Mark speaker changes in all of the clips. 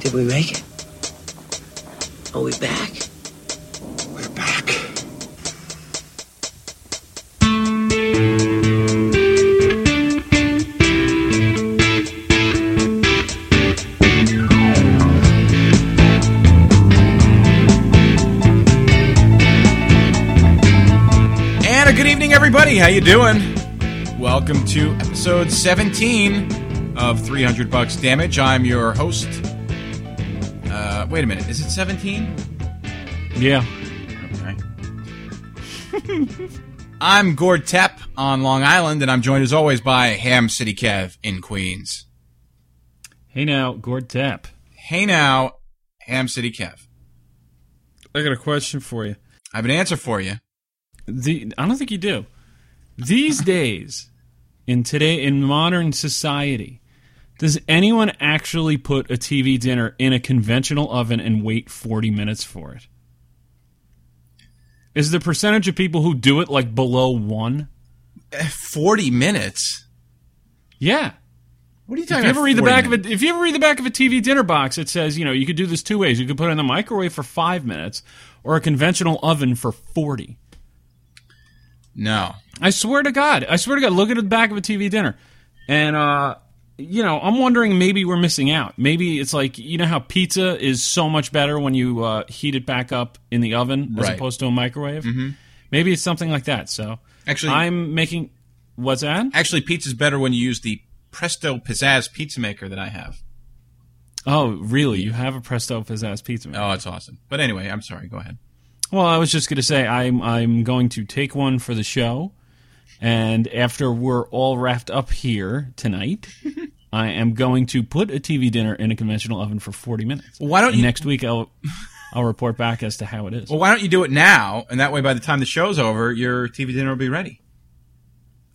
Speaker 1: Did we make it? Are we back?
Speaker 2: We're back.
Speaker 3: And a good evening, everybody. How you doing? Welcome to episode 17 of 300 Bucks Damage. I'm your host. Uh, wait a minute. Is it 17?
Speaker 4: Yeah.
Speaker 3: Okay. I'm Gord Tepp on Long Island, and I'm joined as always by Ham City Kev in Queens.
Speaker 4: Hey now, Gord Tap.
Speaker 3: Hey now, Ham City Kev.
Speaker 4: I got a question for you.
Speaker 3: I have an answer for you.
Speaker 4: The I don't think you do. These days, in today in modern society, does anyone actually put a TV dinner in a conventional oven and wait 40 minutes for it? Is the percentage of people who do it like below 1?
Speaker 3: Eh, 40 minutes?
Speaker 4: Yeah.
Speaker 3: What are you
Speaker 4: If
Speaker 3: talking
Speaker 4: you
Speaker 3: about?
Speaker 4: ever read the
Speaker 3: 40
Speaker 4: back of
Speaker 3: minutes?
Speaker 4: a, if you ever read the back of a TV dinner box, it says, you know, you could do this two ways. You could put it in the microwave for 5 minutes or a conventional oven for 40.
Speaker 3: No.
Speaker 4: I swear to God. I swear to God. Look at the back of a TV dinner. And, uh, you know, I'm wondering maybe we're missing out. Maybe it's like, you know how pizza is so much better when you uh, heat it back up in the oven as
Speaker 3: Right. Mm-hmm.
Speaker 4: opposed to a microwave? Maybe it's something like that. So
Speaker 3: Actually-
Speaker 4: I'm making. What's that?
Speaker 3: Actually, pizza's better when you use the Presto Pizzazz pizza maker that I have.
Speaker 4: Oh, really? You have a Presto Pizzazz pizza. maker.
Speaker 3: Oh, it's awesome. But anyway, I'm sorry. Go ahead.
Speaker 4: Well, I was just going to say I'm I'm going to take one for the show, and after we're all wrapped up here tonight, I am going to put a TV dinner in a conventional oven for 40 minutes.
Speaker 3: Why don't
Speaker 4: And
Speaker 3: you- Oh.
Speaker 4: next week I'll I'll report back as to how it is.
Speaker 3: Well, why don't you do it now? And that way, by the time the show's over, your TV dinner will be ready.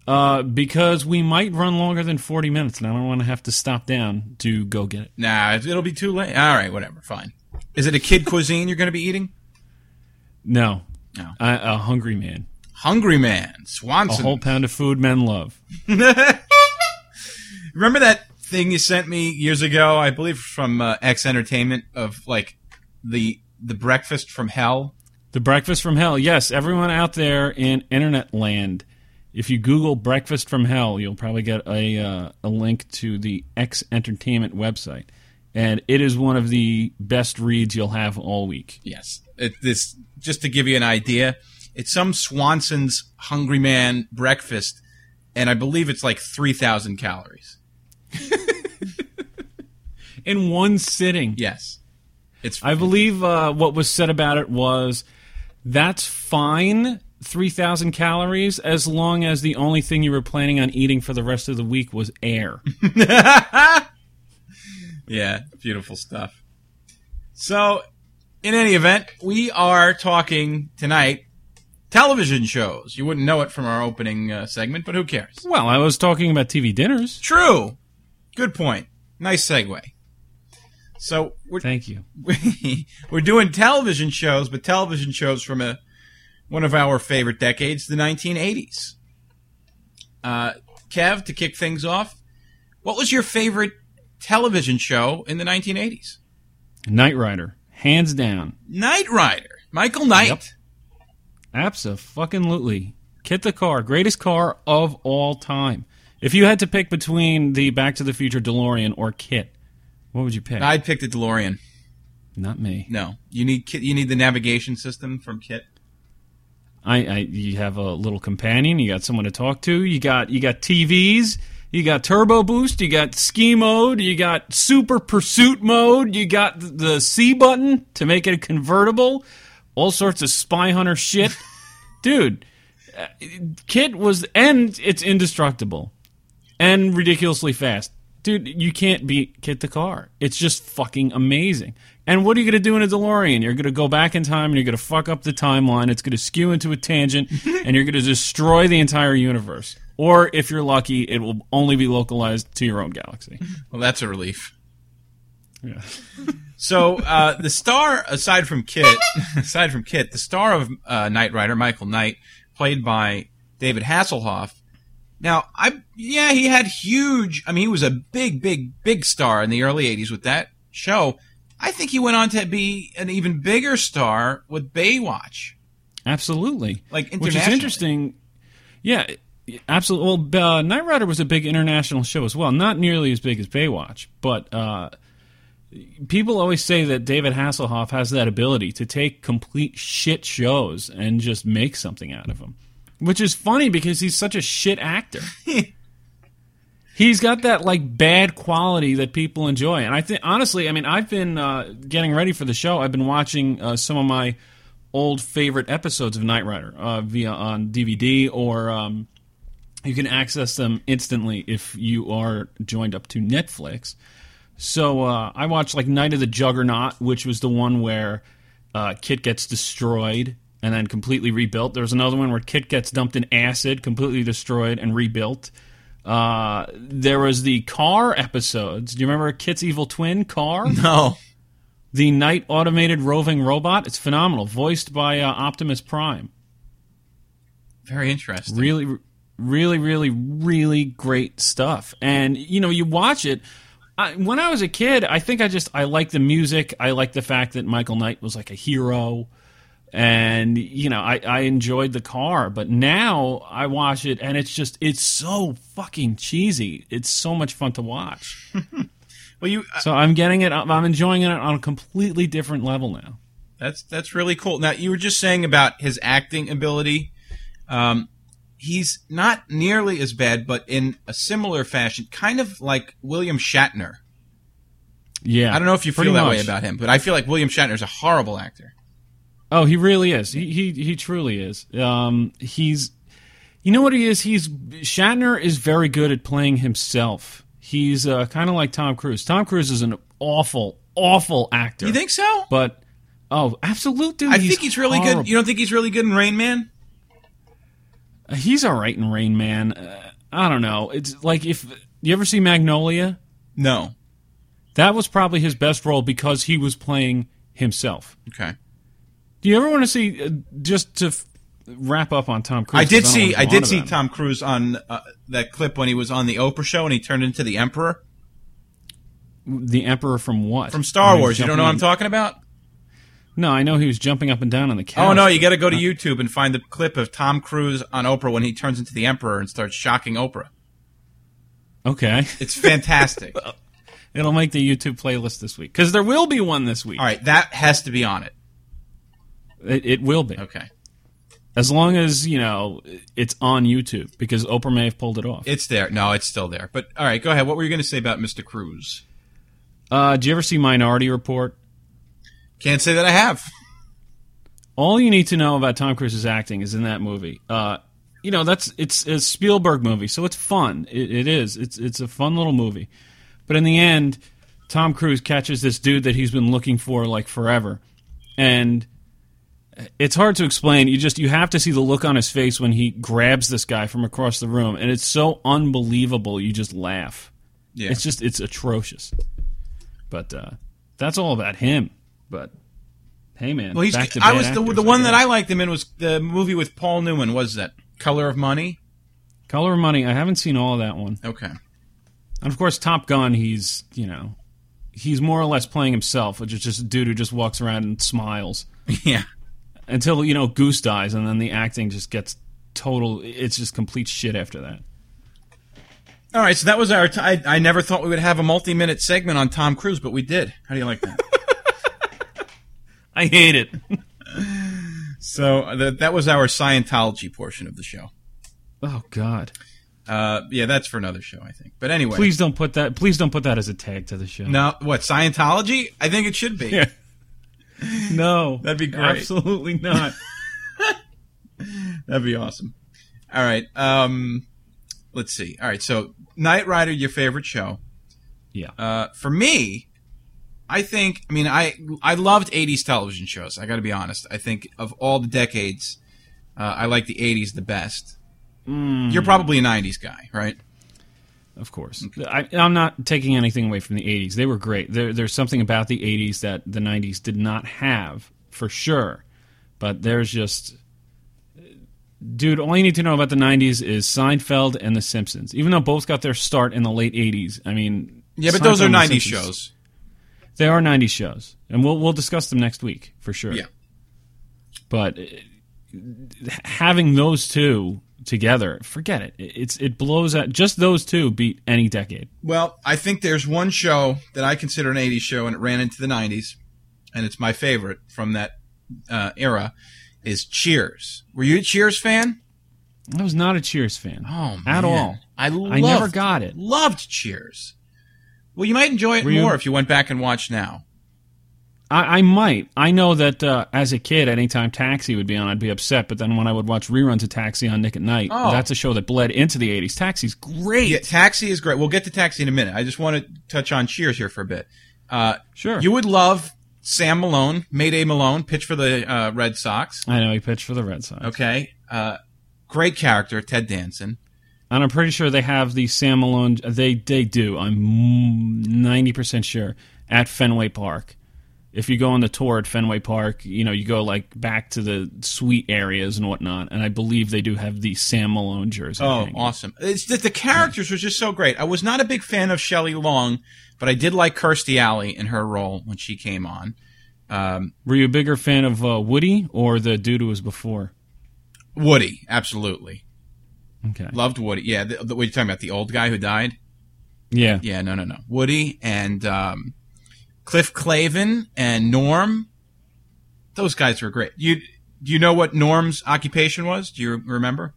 Speaker 4: Uh, because we might run longer than 40 minutes, and I don't want to have to stop down to go get it.
Speaker 3: Nah, it- it'll be too late. All right, whatever. Fine. Is it a kid cuisine you're going to be eating?
Speaker 4: No,
Speaker 3: No.
Speaker 4: I, a hungry man,
Speaker 3: Hungry Man,
Speaker 4: a
Speaker 3: Swanson.
Speaker 4: whole pound of food men love.
Speaker 3: Remember that thing you sent me years ago? I believe from uh, X Entertainment of like the the breakfast from hell.
Speaker 4: The Breakfast from Hell. Yes, everyone out there in internet land, if you Google Breakfast from Hell, you'll probably get a, uh, a link to the X Entertainment website. And it is one of the best reads you'll have all week.
Speaker 3: Yes. It, this just to give you an idea, it's some Swanson's Hungry Man breakfast, and I believe it's like three thousand calories.
Speaker 4: In one sitting.
Speaker 3: Yes. It's
Speaker 4: I believe uh, what was said about it was that's fine, 3,000 calories, as long as the only thing you were planning on eating for the rest of the week was air.
Speaker 3: Yeah, beautiful stuff. So, in any event, we are talking tonight television shows. You wouldn't know it from our opening uh, segment, but who cares?
Speaker 4: well, I was talking about TV dinners.
Speaker 3: True. Good point. Nice segue. So, we're,
Speaker 4: Thank you.
Speaker 3: we're doing television shows, but television shows from a one of our favorite decades, the 1980s. Uh, Kev, to kick things off, what was your favorite television show in the 1980s?
Speaker 4: Knight Rider, hands down.
Speaker 3: Knight Rider, Michael Knight.
Speaker 4: Yep. Absolutely. Kit the car, greatest car of all time. If you had to pick between the Back to the Future DeLorean or Kit, what would you pick?
Speaker 3: I picked a DeLorean.
Speaker 4: Not me.
Speaker 3: No, you need Kit, you need the navigation system from Kit.
Speaker 4: I, I you have a little companion, you got someone to talk to, you got you got TVs, you got turbo boost, you got ski mode, you got super pursuit mode, you got th- the C button to make it a convertible, all sorts of spy hunter shit. Dude, uh, Kit was and it's indestructible and ridiculously fast. Dude, you can't beat Kit the car. It's just fucking amazing. And what are you going to do in a DeLorean? You're going to go back in time and you're going to fuck up the timeline. It's going to skew into a tangent and you're going to destroy the entire universe. Or if you're lucky, it will only be localized to your own galaxy.
Speaker 3: Well, that's a relief.
Speaker 4: Yeah.
Speaker 3: So uh, the star, aside from Kit, aside from Kit, the star of uh, Knight Rider, Michael Knight, played by David Hasselhoff. Now, I yeah, he had huge. I mean, he was a big, big, big star in the early '80s with that show. I think he went on to be an even bigger star with Baywatch.
Speaker 4: Absolutely.
Speaker 3: Like,
Speaker 4: which is
Speaker 3: internationally.
Speaker 4: interesting. Yeah, absolutely. Well, uh, Knight Rider was a big international show as well. Not nearly as big as Baywatch, but uh, people always say that David Hasselhoff has that ability to take complete shit shows and just make something out of them, which is funny because he's such a shit actor. He's got that like bad quality that people enjoy, and I think honestly, I mean, I've been uh, getting ready for the show. I've been watching uh, some of my old favorite episodes of Knight Rider uh, via on DVD, or um, you can access them instantly if you are joined up to Netflix. So uh, I watched like Night of the Juggernaut, which was the one where uh, Kit gets destroyed and then completely rebuilt. There was another one where Kit gets dumped in acid, completely destroyed and rebuilt. Uh, there was the car episodes. Do you remember Kit's evil twin, Car?
Speaker 3: No.
Speaker 4: the night automated roving robot. It's phenomenal, voiced by uh, Optimus Prime.
Speaker 3: Very interesting.
Speaker 4: Really, really, really, really great stuff. And you know, you watch it. I, when I was a kid, I think I just I liked the music. I liked the fact that Michael Knight was like a hero, and you know, I I enjoyed the car. But now I watch it, and it's just it's so fucking cheesy. It's so much fun to watch.
Speaker 3: Well, you
Speaker 4: So I'm getting it. I'm I'm enjoying it on a completely different level now.
Speaker 3: That's that's really cool. Now you were just saying about his acting ability. Um, he's not nearly as bad, but in a similar fashion, kind of like William Shatner.
Speaker 4: Yeah,
Speaker 3: I don't know if you
Speaker 4: pretty
Speaker 3: feel that way
Speaker 4: much.
Speaker 3: about him, but I feel like William Shatner's a horrible actor.
Speaker 4: Oh, he really is. He he he truly is. Um, he's, you know what he is. He's Shatner is very good at playing himself. He's uh, kind of like Tom Cruise. Tom Cruise is an awful, awful actor.
Speaker 3: You think so?
Speaker 4: But oh, absolute dude.
Speaker 3: I think he's really
Speaker 4: horrible.
Speaker 3: good. You don't think he's really good in Rain Man?
Speaker 4: he's all right in Rain Man. Uh, I don't know. It's like if you ever see Magnolia,
Speaker 3: No.
Speaker 4: that was probably his best role because he was playing himself.
Speaker 3: Okay.
Speaker 4: Do you ever want to see? Uh, just to f- wrap up on Tom Cruise.
Speaker 3: I did
Speaker 4: 'cause don't
Speaker 3: see
Speaker 4: wanna
Speaker 3: I
Speaker 4: go
Speaker 3: did
Speaker 4: on
Speaker 3: see
Speaker 4: about him.
Speaker 3: Tom Cruise on uh, that clip when he was on the Oprah show and he turned into the Emperor
Speaker 4: The Emperor from what?
Speaker 3: from Star
Speaker 4: He was
Speaker 3: Wars. You don't know what I'm
Speaker 4: jumping-
Speaker 3: talking about?
Speaker 4: No, I know he was jumping up and down on the couch.
Speaker 3: Oh no, you got to go to YouTube and find the clip of Tom Cruise on Oprah when he turns into the emperor and starts shocking Oprah.
Speaker 4: Okay,
Speaker 3: It's fantastic. All
Speaker 4: it'll make the YouTube playlist this week because there will be one this week.
Speaker 3: right, that has to be on it.
Speaker 4: It, it will be
Speaker 3: Okay.
Speaker 4: as long as you know it's on YouTube because Oprah may have pulled it off.
Speaker 3: It's there. No, it's still there. But all right, go ahead. What were you going to say about Mr. Cruise?
Speaker 4: uh, do you ever see Minority Report?
Speaker 3: Can't say that I have.
Speaker 4: all you need to know about Tom Cruise's acting is in that movie. Uh, you know, that's it's a Spielberg movie, so it's fun. It, it is. It's it's a fun little movie. But in the end, Tom Cruise catches this dude that he's been looking for like forever, and it's hard to explain. You just you have to see the look on his face when he grabs this guy from across the room, and it's so unbelievable. You just laugh.
Speaker 3: Yeah.
Speaker 4: It's just it's atrocious. But uh, that's all about him. But hey, man,
Speaker 3: well, he's.
Speaker 4: back to
Speaker 3: I
Speaker 4: bad
Speaker 3: was the,
Speaker 4: actors,
Speaker 3: the one that
Speaker 4: guess.
Speaker 3: I liked him in was the movie with Paul Newman. what Was that Color of Money?
Speaker 4: Color of Money. I haven't seen all of that one.
Speaker 3: Okay.
Speaker 4: And of course, Top Gun. He's you know, he's more or less playing himself, which is just a dude who just walks around and smiles
Speaker 3: Yeah.
Speaker 4: until you know Goose dies, and then the acting just gets total. It's just complete shit after that.
Speaker 3: All right, so that was our. T- I, I never thought we would have a multi-minute segment on Tom Cruise, but we did. How do you like that?
Speaker 4: I hate it.
Speaker 3: so uh, th- that was our Scientology portion of the show.
Speaker 4: oh God!
Speaker 3: Uh, yeah, that's for another show, I think. But anyway,
Speaker 4: Please don't put that. Please don't put that as a tag to the show.
Speaker 3: No, what Scientology? I think it should be.
Speaker 4: Yeah. No.
Speaker 3: That'd be great.
Speaker 4: Absolutely not.
Speaker 3: That'd be awesome. All right. Um, let's see. All right. So, Knight Rider, your favorite show?
Speaker 4: yeah.
Speaker 3: Uh, for me, I think. I mean, I I loved '80s television shows. I got to be honest. I think of all the decades, uh, I like the '80s the best.
Speaker 4: Hmm.
Speaker 3: You're probably a '90s guy, right?
Speaker 4: Of course, I, I'm not taking anything away from the '80s. They were great. There, there's something about the '80s that the '90s did not have, for sure. But there's just, dude. All you need to know about the '90s is Seinfeld and The Simpsons. Even though both got their start in the late '80s, I mean,
Speaker 3: Yeah, but
Speaker 4: Seinfeld
Speaker 3: those are
Speaker 4: and The
Speaker 3: '90s
Speaker 4: Simpsons-
Speaker 3: shows.
Speaker 4: They are 90s shows, and we'll we'll discuss them next week for sure.
Speaker 3: Yeah.
Speaker 4: But uh, having those two together, forget it. It- It's it blows out. Just those two beat any decade.
Speaker 3: Well, I think there's one show that I consider an 80s show and it ran into the 90s, and it's my favorite from that uh, era, is Cheers. Were you a Cheers fan?
Speaker 4: I was not a Cheers fan
Speaker 3: Oh, man.
Speaker 4: at all.
Speaker 3: I, loved,
Speaker 4: I never got it.
Speaker 3: Loved Cheers. Well, you might enjoy it
Speaker 4: Were you-
Speaker 3: more if you went back and watched now.
Speaker 4: I, I might. I know that uh, as a kid, anytime Taxi would be on, I'd be upset. But then when I would watch reruns of Taxi on Nick at Night,
Speaker 3: Oh.
Speaker 4: that's a show that bled into the 80s. Taxi's great.
Speaker 3: Yeah, Taxi is great. We'll get to Taxi in a minute. I just want to touch on Cheers here for a bit. Uh,
Speaker 4: Sure.
Speaker 3: You would love Sam Malone, Mayday Malone, pitch for the uh, Red Sox.
Speaker 4: I know he pitched for the Red Sox.
Speaker 3: Okay. Uh, great character, Ted Danson.
Speaker 4: And I'm pretty sure they have the Sam Malone. They they do. I'm 90% sure at Fenway Park. If you go on the tour at Fenway Park, you know you go like back to the suite areas and whatnot. And I believe they do have the Sam Malone jersey.
Speaker 3: Oh,
Speaker 4: hanging.
Speaker 3: awesome. It's that the characters were just so great. I was not a big fan of Shelley Long, but I did like Kirstie Alley in her role when she came on. Um,
Speaker 4: Were you a bigger fan of uh, Woody or the dude who was before?
Speaker 3: Woody, absolutely.
Speaker 4: Okay.
Speaker 3: Loved Woody. Yeah, the, the, what are you talking about? The old guy who died?
Speaker 4: Yeah.
Speaker 3: Yeah, no, no, no. Woody and um, Cliff Clavin and Norm. Those guys were great. You do you know what Norm's occupation was? Do you remember?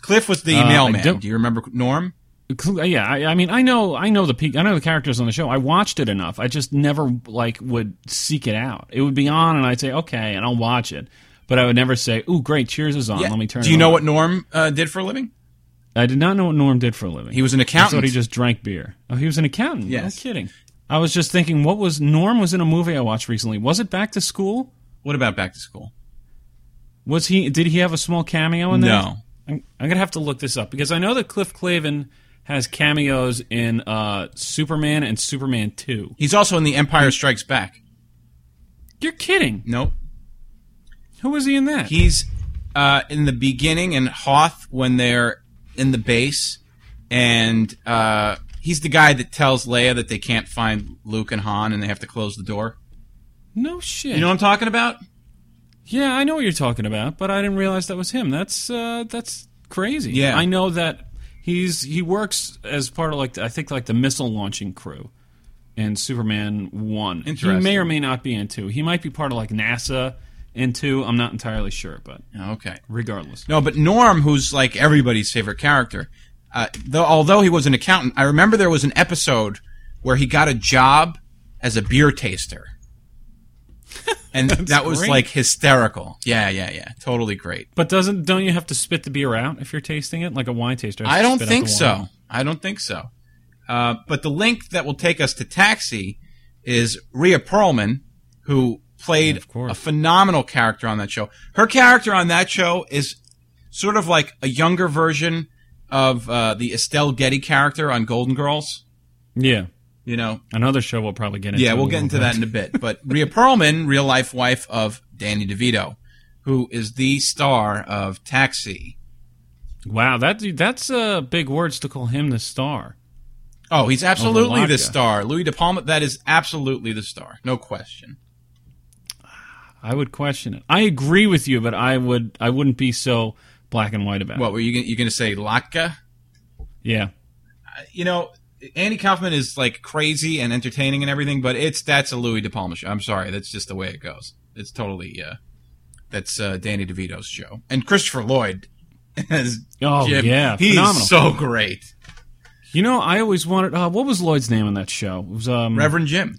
Speaker 3: Cliff was the
Speaker 4: Uh, I
Speaker 3: mailman.
Speaker 4: don't-
Speaker 3: Do you remember Norm?
Speaker 4: Cl- uh, yeah I, I mean i know i know the pe- i know the characters on the show i watched it enough i just never like would seek it out it would be on and i'd say okay and i'll watch it but i would never say ooh great cheers is on let me turn
Speaker 3: Do
Speaker 4: it
Speaker 3: you know
Speaker 4: on."
Speaker 3: what Norm uh, did for a living?
Speaker 4: i did not know what norm did for a living
Speaker 3: He was an
Speaker 4: I thought
Speaker 3: accountant.
Speaker 4: he just drank beer oh he was an accountant
Speaker 3: Yes.
Speaker 4: no kidding i was just thinking what was norm was in a movie i watched recently was it back to school
Speaker 3: What about back to school?
Speaker 4: was he did he have a small cameo in that
Speaker 3: No.
Speaker 4: I'm, I'm gonna have to look this up because I know that Cliff Clavin has cameos in uh, Superman and Superman Two.
Speaker 3: He's also in The Empire Strikes Back.
Speaker 4: You're kidding?
Speaker 3: Nope.
Speaker 4: Who was he in that?
Speaker 3: He's uh, in the beginning in Hoth when they're in the base, and uh, he's the guy that tells Leia that they can't find Luke and Han and they have to close the door.
Speaker 4: no shit.
Speaker 3: You know what I'm talking about?
Speaker 4: yeah, I know what you're talking about, but I didn't realize that was him. That's uh, that's crazy.
Speaker 3: Yeah.
Speaker 4: I know that he's he works as part of like I think like the missile launching crew in Superman One. He
Speaker 3: Interesting.
Speaker 4: may or may not be in two. He might be part of like NASA in two. I'm not entirely sure, but
Speaker 3: Okay.
Speaker 4: regardless.
Speaker 3: No, but Norm, who's like everybody's favorite character, uh, though, although he was an accountant, I remember there was an episode where he got a job as a beer taster. And that was
Speaker 4: great.
Speaker 3: like hysterical. Yeah, yeah, yeah. Totally great.
Speaker 4: But doesn't don't you have to spit the beer out if you're tasting it like a wine taster? has
Speaker 3: I
Speaker 4: to
Speaker 3: don't
Speaker 4: spit out
Speaker 3: think
Speaker 4: the
Speaker 3: so.
Speaker 4: wine?
Speaker 3: I don't think so. Uh, but the link that will take us to Taxi is Rhea Perlman, who played
Speaker 4: Yeah, of course.
Speaker 3: a phenomenal character on that show. Her character on that show is sort of like a younger version of uh, the Estelle Getty character on Golden Girls.
Speaker 4: Yeah,
Speaker 3: You know,
Speaker 4: another show we'll probably get into.
Speaker 3: yeah,
Speaker 4: a
Speaker 3: we'll get
Speaker 4: little
Speaker 3: into
Speaker 4: bit.
Speaker 3: that in a bit. But Rhea Perlman, real life wife of Danny DeVito, who is the star of Taxi.
Speaker 4: Wow, that that's uh, big words to call him the star.
Speaker 3: Oh, he's absolutely the
Speaker 4: Vodka. star.
Speaker 3: star. Louis De Palma, that is absolutely the star. No question.
Speaker 4: I would question it. I agree with you, but I would I wouldn't be so black and white about
Speaker 3: What were you gonna, you going to say, Latka?
Speaker 4: it. Yeah,
Speaker 3: You know, Andy Kaufman is like crazy and entertaining and everything, but it's that's a Louis De Palma show. I'm sorry, that's just the way it goes. It's totally uh, that's uh, Danny DeVito's show, and Christopher Lloyd. As
Speaker 4: Oh,
Speaker 3: Jim.
Speaker 4: yeah,
Speaker 3: he's
Speaker 4: phenomenal.
Speaker 3: so great,
Speaker 4: you know I always wanted. Uh, what was Lloyd's name on that show? It was um,
Speaker 3: Reverend Jim.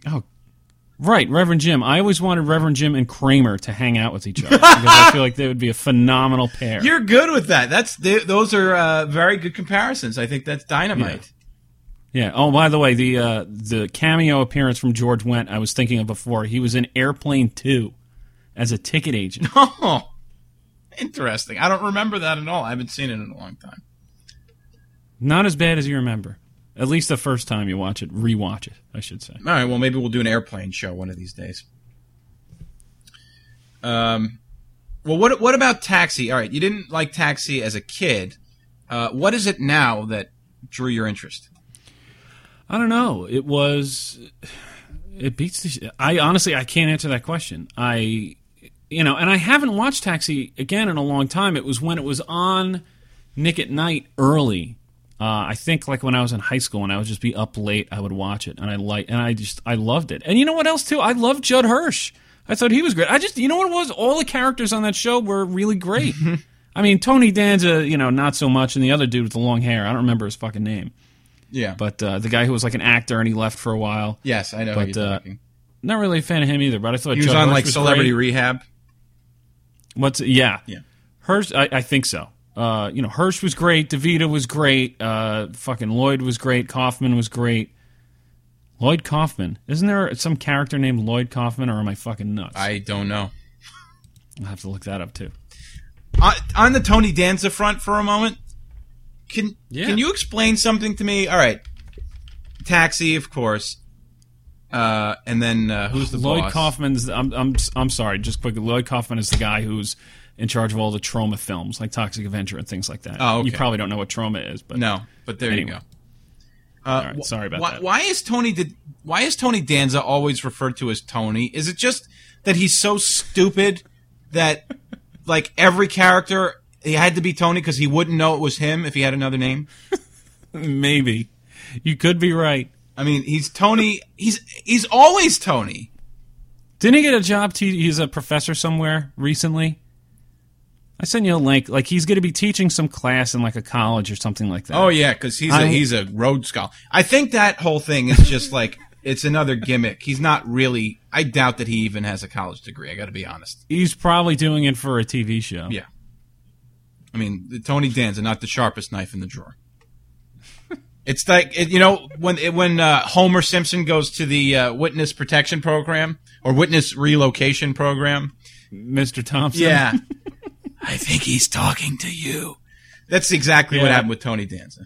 Speaker 4: Right, Reverend Jim. I always wanted Reverend Jim and Kramer to hang out with each other because I feel like they would be a phenomenal pair.
Speaker 3: You're good with that. That's th- those are uh, very good comparisons. I think that's dynamite.
Speaker 4: Yeah. Oh, by the way, the uh, the cameo appearance from George Wendt I was thinking of before. He was in Airplane Two as a ticket agent.
Speaker 3: Oh, interesting. I don't remember that at all. I haven't seen it in a long time.
Speaker 4: Not as bad as you remember. At least the first time you watch it, rewatch it. I should say.
Speaker 3: All right. Well, maybe we'll do an airplane show one of these days. Um, well, what what about Taxi? All right, you didn't like Taxi as a kid. Uh, what is it now that drew your interest?
Speaker 4: I don't know. It was. It beats the. Sh- I honestly, I can't answer that question. I, you know, and I haven't watched Taxi again in a long time. It was when it was on Nick at Night early. Uh, I think like when I was in high school and I would just be up late, I would watch it and I like and I just I loved it. And you know what else too? I loved Judd Hirsch. I thought he was great. I just you know what it was? All the characters on that show were really great. I mean, Tony Danza, you know, not so much, and the other dude with the long hair, I don't remember his fucking name,
Speaker 3: Yeah.
Speaker 4: but uh, the guy who was like an actor and he left for a while.
Speaker 3: yes, I know.
Speaker 4: but,
Speaker 3: who you're
Speaker 4: uh,
Speaker 3: talking.
Speaker 4: Not really a fan of him either, but I thought
Speaker 3: He was
Speaker 4: Judd
Speaker 3: on
Speaker 4: Hirsch
Speaker 3: like
Speaker 4: was
Speaker 3: Celebrity
Speaker 4: great.
Speaker 3: Rehab.
Speaker 4: What's yeah,
Speaker 3: Yeah.
Speaker 4: Hirsch, I, I think so. Uh, you know, Hirsch was great. DeVita was great. Uh, fucking Lloyd was great. Kaufman was great. Lloyd Kaufman. Isn't there some character named Lloyd Kaufman, or am I fucking nuts?
Speaker 3: I don't know.
Speaker 4: I'll have to look that up too.
Speaker 3: on, on the Tony Danza front for a moment, can
Speaker 4: Yeah.
Speaker 3: can you explain something to me? All right, Taxi, of course, uh, and then uh, who's the
Speaker 4: Lloyd
Speaker 3: boss?
Speaker 4: Kaufman's. I'm, I'm, I'm sorry, just quickly. Lloyd Kaufman is the guy who's in charge of all the trauma films, like Toxic Avenger and things like that.
Speaker 3: Oh, okay.
Speaker 4: You probably don't know what trauma is, but
Speaker 3: No, but there
Speaker 4: Anyway.
Speaker 3: you go. Uh,
Speaker 4: right,
Speaker 3: wh-
Speaker 4: sorry about
Speaker 3: why,
Speaker 4: that.
Speaker 3: Why is Tony did, Why is Tony Danza always referred to as Tony? Is it just that he's so stupid that like every character he had to be Tony because he wouldn't know it was him if he had another name?
Speaker 4: maybe you could be right.
Speaker 3: I mean, he's Tony. He's he's always Tony.
Speaker 4: Didn't he get a job? Te- he's a professor somewhere recently. I sent you a link. Like he's going to be teaching some class in like a college or something like that.
Speaker 3: Oh yeah, because he's a
Speaker 4: I-
Speaker 3: he's a Rhodes scholar. I think that whole thing is just like it's another gimmick. He's not really. I doubt that he even has a college degree. I got to be honest.
Speaker 4: he's probably doing it for a TV show.
Speaker 3: Yeah. I mean, the Tony Danza, not the sharpest knife in the drawer. It's like it, you know when it, when uh, Homer Simpson goes to the uh, witness protection program or witness relocation program.
Speaker 4: Mr. Thompson.
Speaker 3: Yeah. I think he's talking to you. That's exactly what
Speaker 4: Yeah.
Speaker 3: happened with Tony Danza.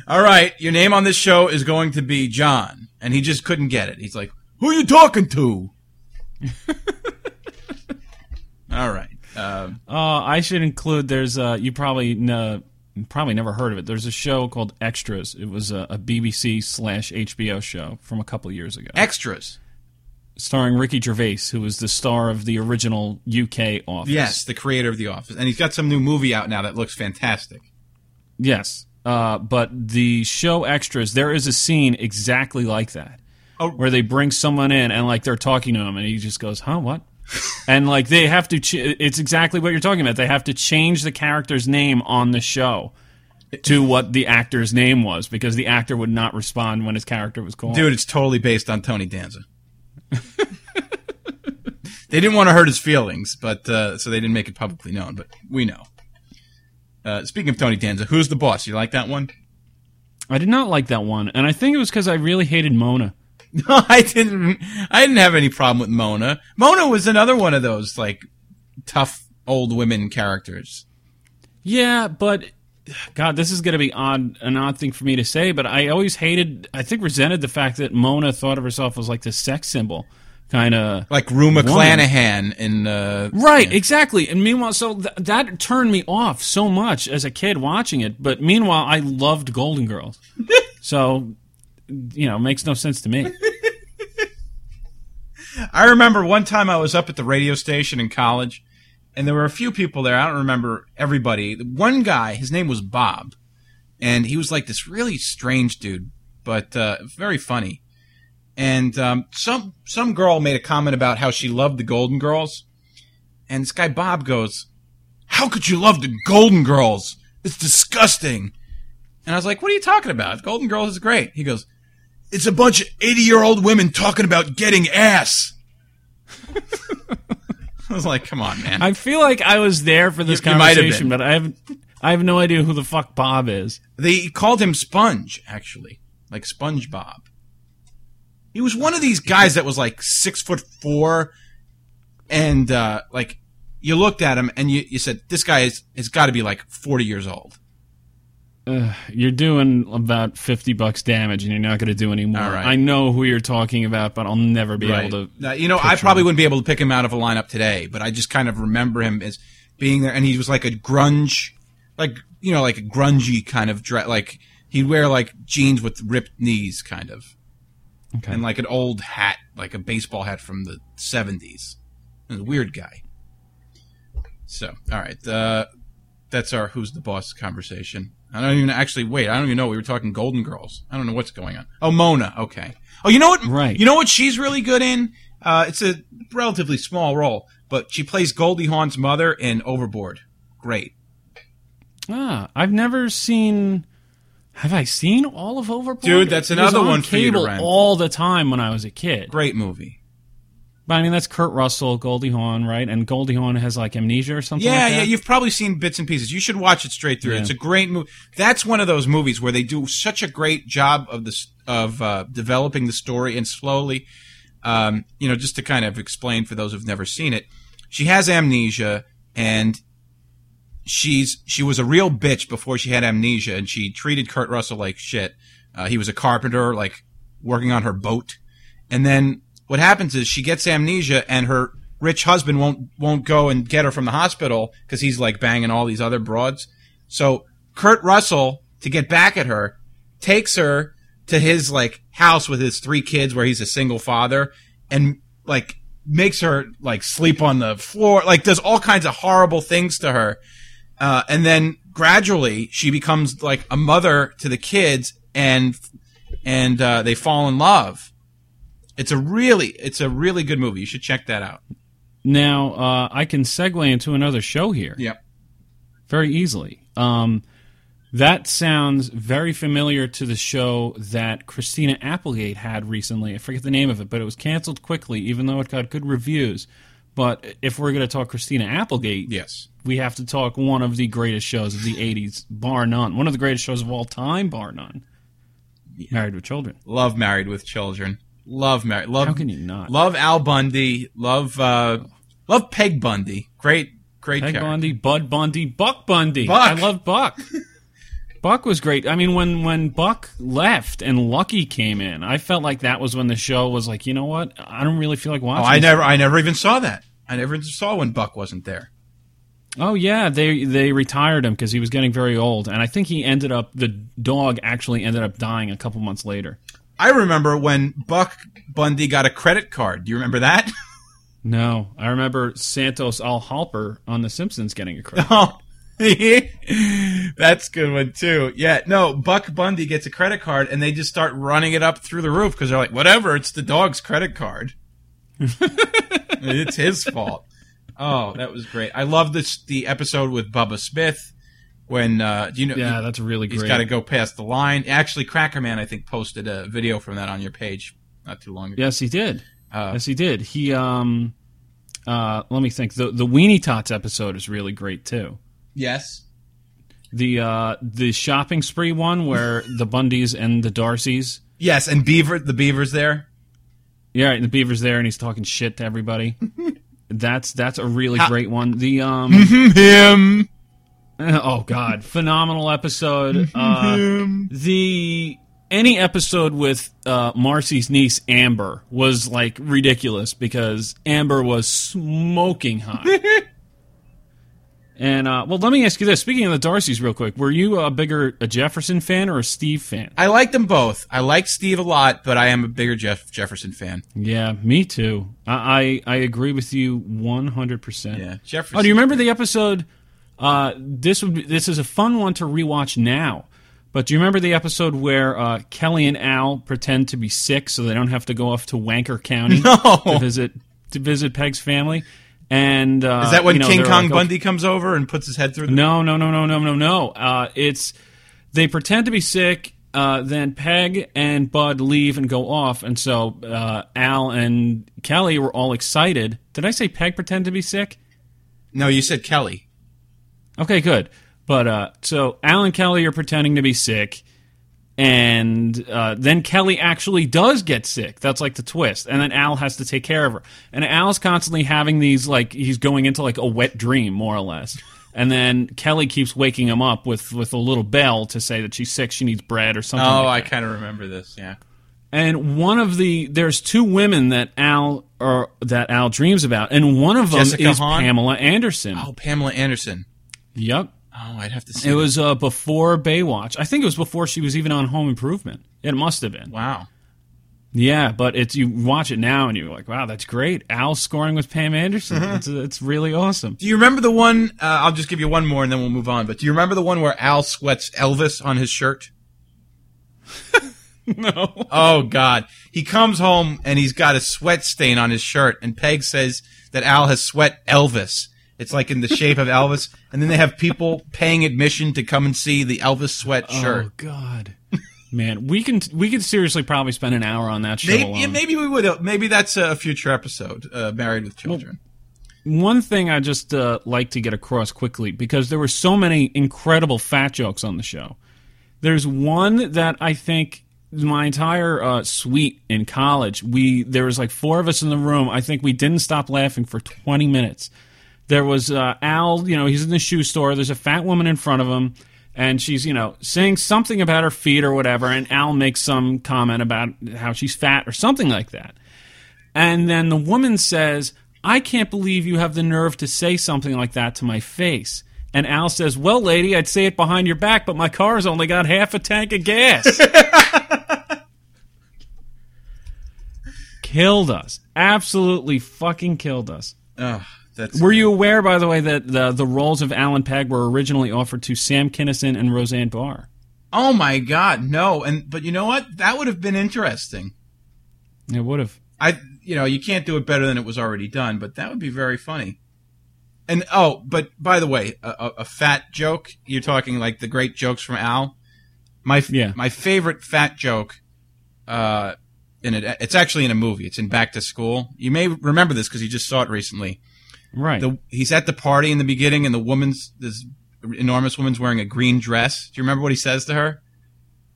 Speaker 3: All right, your name on this show is going to be John, and he just couldn't get it. He's like, "Who are you talking to?" All right, um,
Speaker 4: Uh, I should include. There's uh, you probably know, probably never heard of it. There's a show called Extras. It was a, a BBC slash HBO show from a couple years ago,
Speaker 3: extras.
Speaker 4: starring Ricky Gervais, who was the star of the original UK Office.
Speaker 3: Yes, the creator of The Office, and he's got some new movie out now that looks fantastic.
Speaker 4: Yes. Uh, but the show extras, there is a scene exactly like that
Speaker 3: Oh.
Speaker 4: where they bring someone in and like they're talking to him and he just goes, huh, what? and like they have to, ch- it's exactly what you're talking about. They have to change the character's name on the show to what the actor's name was because the actor would not respond when his character was called.
Speaker 3: Dude, it's totally based on Tony Danza. they didn't want to hurt his feelings, but uh, so they didn't make it publicly known. But we know. Uh, speaking of Tony Danza, who's the boss? You like that one?
Speaker 4: I did not like that one. And I think it was because I really hated Mona.
Speaker 3: No, I didn't. I didn't have any problem with Mona. Mona was another one of those like tough old women characters.
Speaker 4: Yeah, but God, this is going to be odd, an odd thing for me to say, but I always hated, I think resented the fact that Mona thought of herself as like the sex symbol, kind of.
Speaker 3: Like Rue
Speaker 4: Woman.
Speaker 3: McClanahan in uh,
Speaker 4: Right, exactly. And meanwhile, so th- that turned me off so much as a kid watching it. But meanwhile, I loved Golden Girls. so, you know, it makes no sense to me.
Speaker 3: I remember one time I was up at the radio station in college, and there were a few people there. I don't remember everybody. One guy, his name was Bob, and he was like this really strange dude, but uh, very funny. And um, some some girl made a comment about how she loved the Golden Girls, and this guy Bob goes, "How could you love the Golden Girls? It's disgusting." And I was like, "What are you talking about? Golden Girls is great." He goes, "It's a bunch of eighty-year-old women talking about getting ass." I was like, "Come on, man."
Speaker 4: I feel like I was there for this
Speaker 3: You- you might have
Speaker 4: conversation,
Speaker 3: been.
Speaker 4: but I have, I have no idea who the fuck Bob is.
Speaker 3: They called him Sponge, actually, like SpongeBob. He was one of these guys that was like six foot four, and uh, like you looked at him and you, you said, "This guy is has got to be like forty years old."
Speaker 4: You're doing about 50 bucks damage and you're not going to do any more.
Speaker 3: All right.
Speaker 4: I know who you're talking about, but I'll never be able to.
Speaker 3: Now, you know, I
Speaker 4: picture
Speaker 3: probably
Speaker 4: him.
Speaker 3: wouldn't be able to pick him out of a lineup today, but I just kind of remember him as being there, and he was like a grunge, like you know, like a grungy kind of dress. Like he'd wear like jeans with ripped knees, kind of.
Speaker 4: Okay.
Speaker 3: and like an old hat, like a baseball hat from the 70s. And a weird guy. So, all right. Uh, that's our Who's the Boss conversation. I don't even actually wait. I don't even know. We were talking Golden Girls. I don't know what's going on. Oh, Mona. Okay. Oh, you know what?
Speaker 4: Right.
Speaker 3: You know what she's really good in? Uh, it's a relatively small role, but she plays Goldie Hawn's mother in Overboard. Great.
Speaker 4: Ah, I've never seen. Have I seen all of Overboard?
Speaker 3: Dude, that's
Speaker 4: It was
Speaker 3: another
Speaker 4: on
Speaker 3: one for you to
Speaker 4: cable
Speaker 3: rent.
Speaker 4: all the time when I was a kid.
Speaker 3: Great movie.
Speaker 4: But I mean, that's Kurt Russell, Goldie Hawn, right? And Goldie Hawn has like amnesia or something.
Speaker 3: Yeah,
Speaker 4: like that.
Speaker 3: yeah, you've probably seen bits and pieces. You should watch it straight through.
Speaker 4: Yeah.
Speaker 3: It's a great movie. That's one of those movies where they do such a great job of this of uh, developing the story and slowly, um, you know, just to kind of explain for those who've never seen it. She has amnesia, and she's she was a real bitch before she had amnesia, and she treated Kurt Russell like shit. Uh, he was a carpenter, like working on her boat, and then what happens is she gets amnesia, and her rich husband won't won't go and get her from the hospital because he's like banging all these other broads. So Kurt Russell to get back at her takes her to his like house with his three kids where he's a single father and like makes her like sleep on the floor like does all kinds of horrible things to her uh, and then gradually she becomes like a mother to the kids and and uh, they fall in love it's a really it's a really good movie you should check that out
Speaker 4: Now uh, I can segue into another show here
Speaker 3: yep
Speaker 4: very easily. Um, that sounds very familiar to the show that Christina Applegate had recently. I forget the name of it, but it was canceled quickly, even though it got good reviews. But if we're going to talk Christina Applegate,
Speaker 3: yes
Speaker 4: we have to talk one of the greatest shows of the 80s, bar none. One of the greatest shows of all time, bar none. Married with Children.
Speaker 3: love married with children love married love
Speaker 4: How can you not?
Speaker 3: love al bundy love uh love peg bundy great great
Speaker 4: Peg
Speaker 3: character.
Speaker 4: Bundy, Bud Bundy, Buck Bundy.
Speaker 3: Buck.
Speaker 4: I love Buck. Buck was great. I mean, when when Buck left and Lucky came in, I felt like that was when the show was like, you know what? I don't really feel like
Speaker 3: oh
Speaker 4: watching.
Speaker 3: i
Speaker 4: this.
Speaker 3: never i never even saw that i never saw when buck wasn't there
Speaker 4: Oh yeah, they they retired him because he was getting very old, and I think he ended up the dog actually ended up dying a couple months later.
Speaker 3: I remember when Buck Bundy got a credit card. Do you remember that?
Speaker 4: No, I remember Santos Al Halper on The Simpsons getting a credit.
Speaker 3: oh, that's a good one too. Yeah, no, Buck Bundy gets a credit card, and they just start running it up through the roof because they're like, whatever, it's the dog's credit card. it's his fault. Oh, that was great. I love this the episode with Bubba Smith when uh, do you know
Speaker 4: yeah, that's really
Speaker 3: He's
Speaker 4: great.
Speaker 3: got to go past the line. Actually, Crackerman I think posted a video from that on your page not too long ago.
Speaker 4: yes, he did.
Speaker 3: Uh,
Speaker 4: yes, he did. He um, uh, let me think. The the Weenie Tots episode is really great too.
Speaker 3: Yes.
Speaker 4: The uh, the shopping spree one where the Bundys and the Darcys.
Speaker 3: Yes, and Beaver, the Beaver's there.
Speaker 4: Yeah, right, and the Beaver's there and he's talking shit to everybody. that's that's a really great one. The um,
Speaker 3: Him.
Speaker 4: oh god, phenomenal episode. Uh, the any episode with uh, Marcy's niece Amber was like ridiculous because Amber was smoking hot. and uh, well, let me ask you this: Speaking of the Darcy's, real quick, were you a bigger a Jefferson fan or a Steve fan?
Speaker 3: I like them both. I like Steve a lot, but I am a bigger Jeff Jefferson
Speaker 4: Oh,
Speaker 3: fan.
Speaker 4: Yeah, me too. I I, I agree with you one hundred percent.
Speaker 3: Yeah, Jefferson.
Speaker 4: Oh, do you remember the episode? Uh, this would be, this is a fun one to rewatch now. But do you remember the episode where uh, Kelly and Al pretend to be sick so they don't have to go off to Wanker County
Speaker 3: No.
Speaker 4: to visit to visit Peg's family? And uh,
Speaker 3: Is that when
Speaker 4: you know,
Speaker 3: King
Speaker 4: they're
Speaker 3: Kong
Speaker 4: like, "Okay,
Speaker 3: Bundy comes over and puts his head through? The-
Speaker 4: no, no, no, no, no, no, no. Uh, it's they pretend to be sick. Uh, then Peg and Bud leave and go off, and so uh, Al and Kelly were all excited. Did I say Peg pretend to be sick?
Speaker 3: no, you said Kelly.
Speaker 4: Okay, good. But uh, so Al and Kelly are pretending to be sick, and uh, then Kelly actually does get sick. That's like the twist, and then Al has to take care of her. And Al's constantly having these like he's going into like a wet dream, more or less. And then Kelly keeps waking him up with with a little bell to say that she's sick, she needs bread or something.
Speaker 3: Oh,
Speaker 4: like
Speaker 3: I
Speaker 4: that.
Speaker 3: kind of remember this. Yeah.
Speaker 4: And one of the there's two women that Al or that Al dreams about, and one of them
Speaker 3: Jessica
Speaker 4: is
Speaker 3: Hahn?
Speaker 4: Pamela Anderson.
Speaker 3: Oh, Pamela Anderson.
Speaker 4: Yep.
Speaker 3: Oh, I'd have to see.
Speaker 4: It was uh, before Baywatch. I think it was before she was even on Home Improvement. It must have been.
Speaker 3: Wow.
Speaker 4: Yeah, but it's you watch it now and you're like, wow, that's great. Al scoring with Pam Anderson.
Speaker 3: Mm-hmm.
Speaker 4: it's, it's really awesome.
Speaker 3: Do you remember the one? Uh, I'll just give you one more and then we'll move on. But do you remember the one where Al sweats Elvis on his shirt?
Speaker 4: no.
Speaker 3: Oh God! He comes home and he's got a sweat stain on his shirt, and Peg says that Al has sweat Elvis. It's like in the shape of Elvis, and then they have people paying admission to come and see the Elvis sweat shirt.
Speaker 4: Oh God, man, we can we could seriously probably spend an hour on that show
Speaker 3: maybe,
Speaker 4: alone.
Speaker 3: yeah, maybe we would. Maybe that's a future episode, uh, Married with Children.
Speaker 4: One thing I just uh, like to get across quickly because there were so many incredible fat jokes on the show. There's one that I think my entire uh, suite in college. We there was like four of us in the room. I think we didn't stop laughing for 20 minutes. There was uh, Al. You know, he's in the shoe store. There's a fat woman in front of him, and she's you know saying something about her feet or whatever. And Al makes some comment about how she's fat or something like that. And then the woman says, I can't believe you have the nerve to say something like that to my face. And Al says, Well, lady, I'd say it behind your back, but my car's only got half a tank of gas. killed us. Absolutely fucking killed us.
Speaker 3: Oh, that's
Speaker 4: Were you aware, by the way, that the, the roles of Alan Peg were originally offered to Sam Kinison and Roseanne Barr?
Speaker 3: Oh my God, no! And but you know what? That would have been interesting.
Speaker 4: It would have.
Speaker 3: I you know you can't do it better than it was already done, but that would be very funny. And oh, but by the way, a, a, a fat joke. You're talking like the great jokes from Al. My f-
Speaker 4: Yeah.
Speaker 3: my favorite fat joke. Uh, in it, it's actually in a movie. It's in Back to School. You may remember this because you just saw it recently.
Speaker 4: Right.
Speaker 3: The, he's at the party in the beginning, and the woman's this enormous woman's wearing a green dress. Do you remember what he says to her?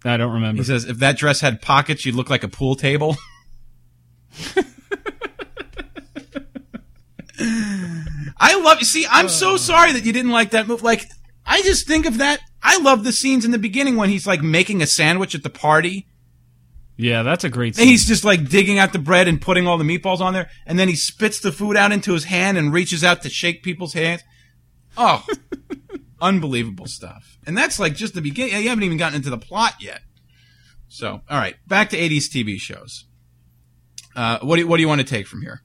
Speaker 4: I don't remember.
Speaker 3: He says, "If that dress had pockets, you'd look like a pool table." I love. See, I'm so sorry that you didn't like that move. Like, I just think of that. I love the scenes in the beginning when he's like making a sandwich at the party,
Speaker 4: yeah, that's a great
Speaker 3: and
Speaker 4: scene.
Speaker 3: he's just like digging out the bread and putting all the meatballs on there, and then he spits the food out into his hand and reaches out to shake people's hands. Oh, unbelievable stuff! And that's like just the beginning. You haven't even gotten into the plot yet. So, all right, back to '80s TV shows. Uh, what do you, what do you want to take from here?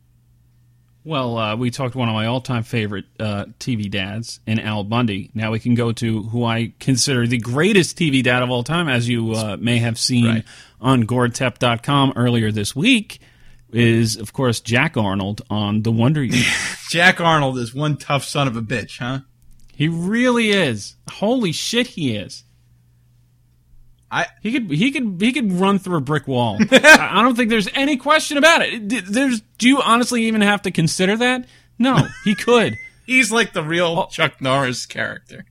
Speaker 4: Well, uh, we talked one of my all-time favorite uh, TV dads in Al Bundy. Now we can go to who I consider the greatest TV dad of all time, as you uh, may have seen
Speaker 3: Right.
Speaker 4: on GordTep.com earlier this week. Is of course Jack Arnold on The Wonder Years.
Speaker 3: Jack Arnold is one tough son of a bitch, huh?
Speaker 4: he really is. Holy shit, he is.
Speaker 3: I
Speaker 4: He could he could he could run through a brick wall. I I don't think there's any question about it. D- There's do you honestly even have to consider that? No, he could.
Speaker 3: he's like the real Chuck Norris character.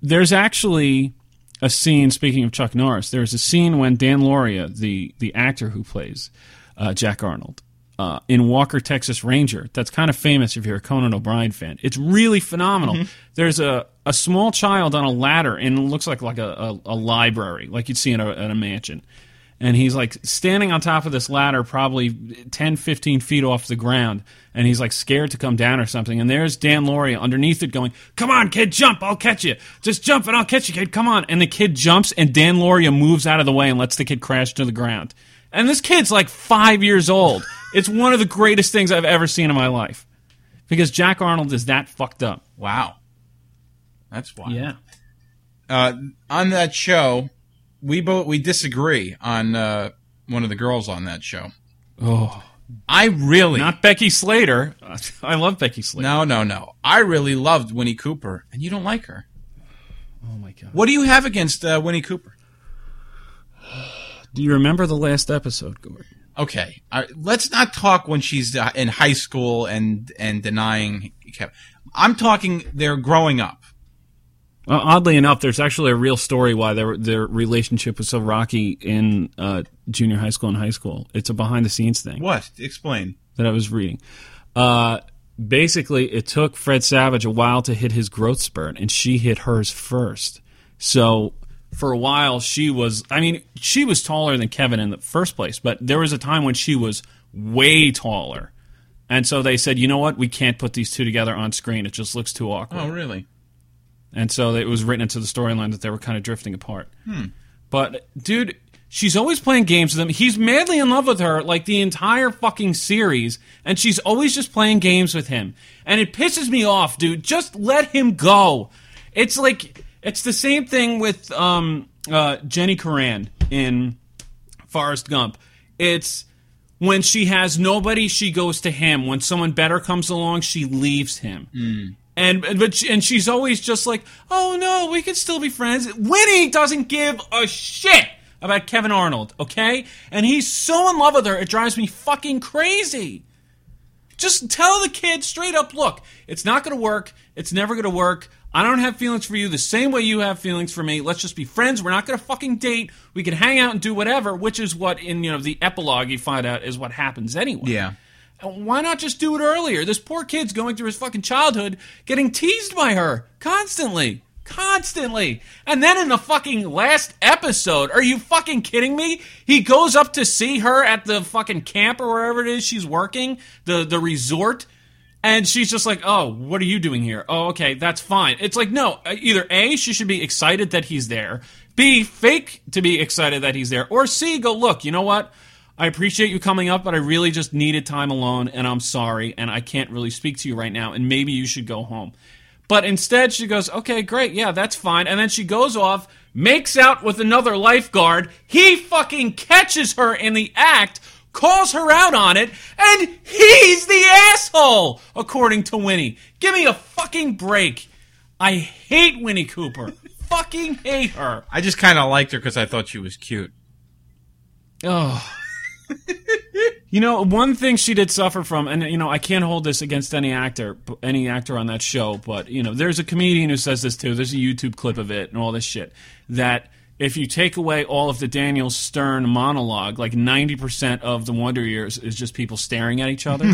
Speaker 4: there's actually a scene. Speaking of Chuck Norris, there's a scene when Dan Loria, the the actor who plays uh, Jack Arnold uh, in Walker Texas Ranger, that's kind of famous if you're a Conan O'Brien fan. It's really phenomenal. There's a a small child on a ladder, and it looks like like a, a, a library, like you'd see in a, in a mansion. And he's like standing on top of this ladder, probably 10, 15 feet off the ground. And he's like scared to come down or something. And there's Dan Loria underneath it going, Come on, kid, jump. I'll catch you. Just jump and I'll catch you, kid. Come on. And the kid jumps, and Dan Loria moves out of the way and lets the kid crash to the ground. And this kid's like five years old. It's one of the greatest things I've ever seen in my life because Jack Arnold is that fucked up.
Speaker 3: Wow, that's wild. uh, on that show, we both we disagree on uh, one of the girls on that show.
Speaker 4: Oh,
Speaker 3: I really
Speaker 4: not Becky Slater. I love Becky Slater.
Speaker 3: no no no. I really loved Winnie Cooper, and you don't like her.
Speaker 4: Oh my God.
Speaker 3: What do you have against uh, Winnie Cooper?
Speaker 4: Do you remember the last episode, Gord?
Speaker 3: Okay, all right, let's not talk when she's uh, in high school and and denying. Kevin. I'm talking they're growing up.
Speaker 4: Well, oddly enough, there's actually a real story why their their relationship was so rocky in uh, junior high school and high school. It's a behind the scenes thing
Speaker 3: What? Explain.
Speaker 4: that I was reading. Uh, basically, it took Fred Savage a while to hit his growth spurt, and she hit hers first. So for a while, she was I mean, she was taller than Kevin in the first place, but there was a time when she was way taller. And so they said, you know what? We can't put these two together on screen. It just looks too awkward.
Speaker 3: Oh, really?
Speaker 4: And so it was written into the storyline that they were kind of drifting apart. But dude, She's always playing games with him. He's madly in love with her like the entire fucking series, and she's always just playing games with him. And it pisses me off, dude. Just let him go. It's like it's the same thing with um, uh, Jenny Coran in Forrest Gump. It's when she has nobody, she goes to him. When someone better comes along, she leaves him. And but she, and she's always just like, oh no, we can still be friends. Winnie doesn't give a shit about Kevin Arnold, okay? And he's so in love with her, it drives me fucking crazy. Just tell the kid straight up, look, it's not going to work. It's never going to work. I don't have feelings for you the same way you have feelings for me. Let's just be friends. We're not going to fucking date. We can hang out and do whatever, which is what in you know the epilogue you find out is what happens anyway.
Speaker 3: Yeah.
Speaker 4: Why not just do it earlier? This poor kid's going through his fucking childhood getting teased by her constantly. Constantly. And then in the fucking last episode, are you fucking kidding me? He goes up to see her at the fucking camp or wherever it is she's working, the the resort, and she's just like, "Oh, what are you doing here?" "Oh, okay, that's fine." It's like, "No, uh, either A, she should be excited that he's there. B, fake to be excited that he's there. Or C, go, "Look, you know what? I appreciate you coming up, but I really just needed time alone, and I'm sorry, and I can't really speak to you right now, and maybe you should go home. But instead, she goes, okay, great, yeah, that's fine. And then she goes off, makes out with another lifeguard. He fucking catches her in the act, calls her out on it, and he's the asshole, according to Winnie. Give me a fucking break. I hate Winnie Cooper. fucking hate her.
Speaker 3: I just kind of liked her because I thought she was cute.
Speaker 4: Oh. you know, one thing she did suffer from, and you know, I can't hold this against any actor, any actor on that show, but you know, there's a comedian who says this too. There's a YouTube clip of it and all this shit that if you take away all of the Daniel Stern monologue, like 90% of the Wonder Years is just people staring at each other.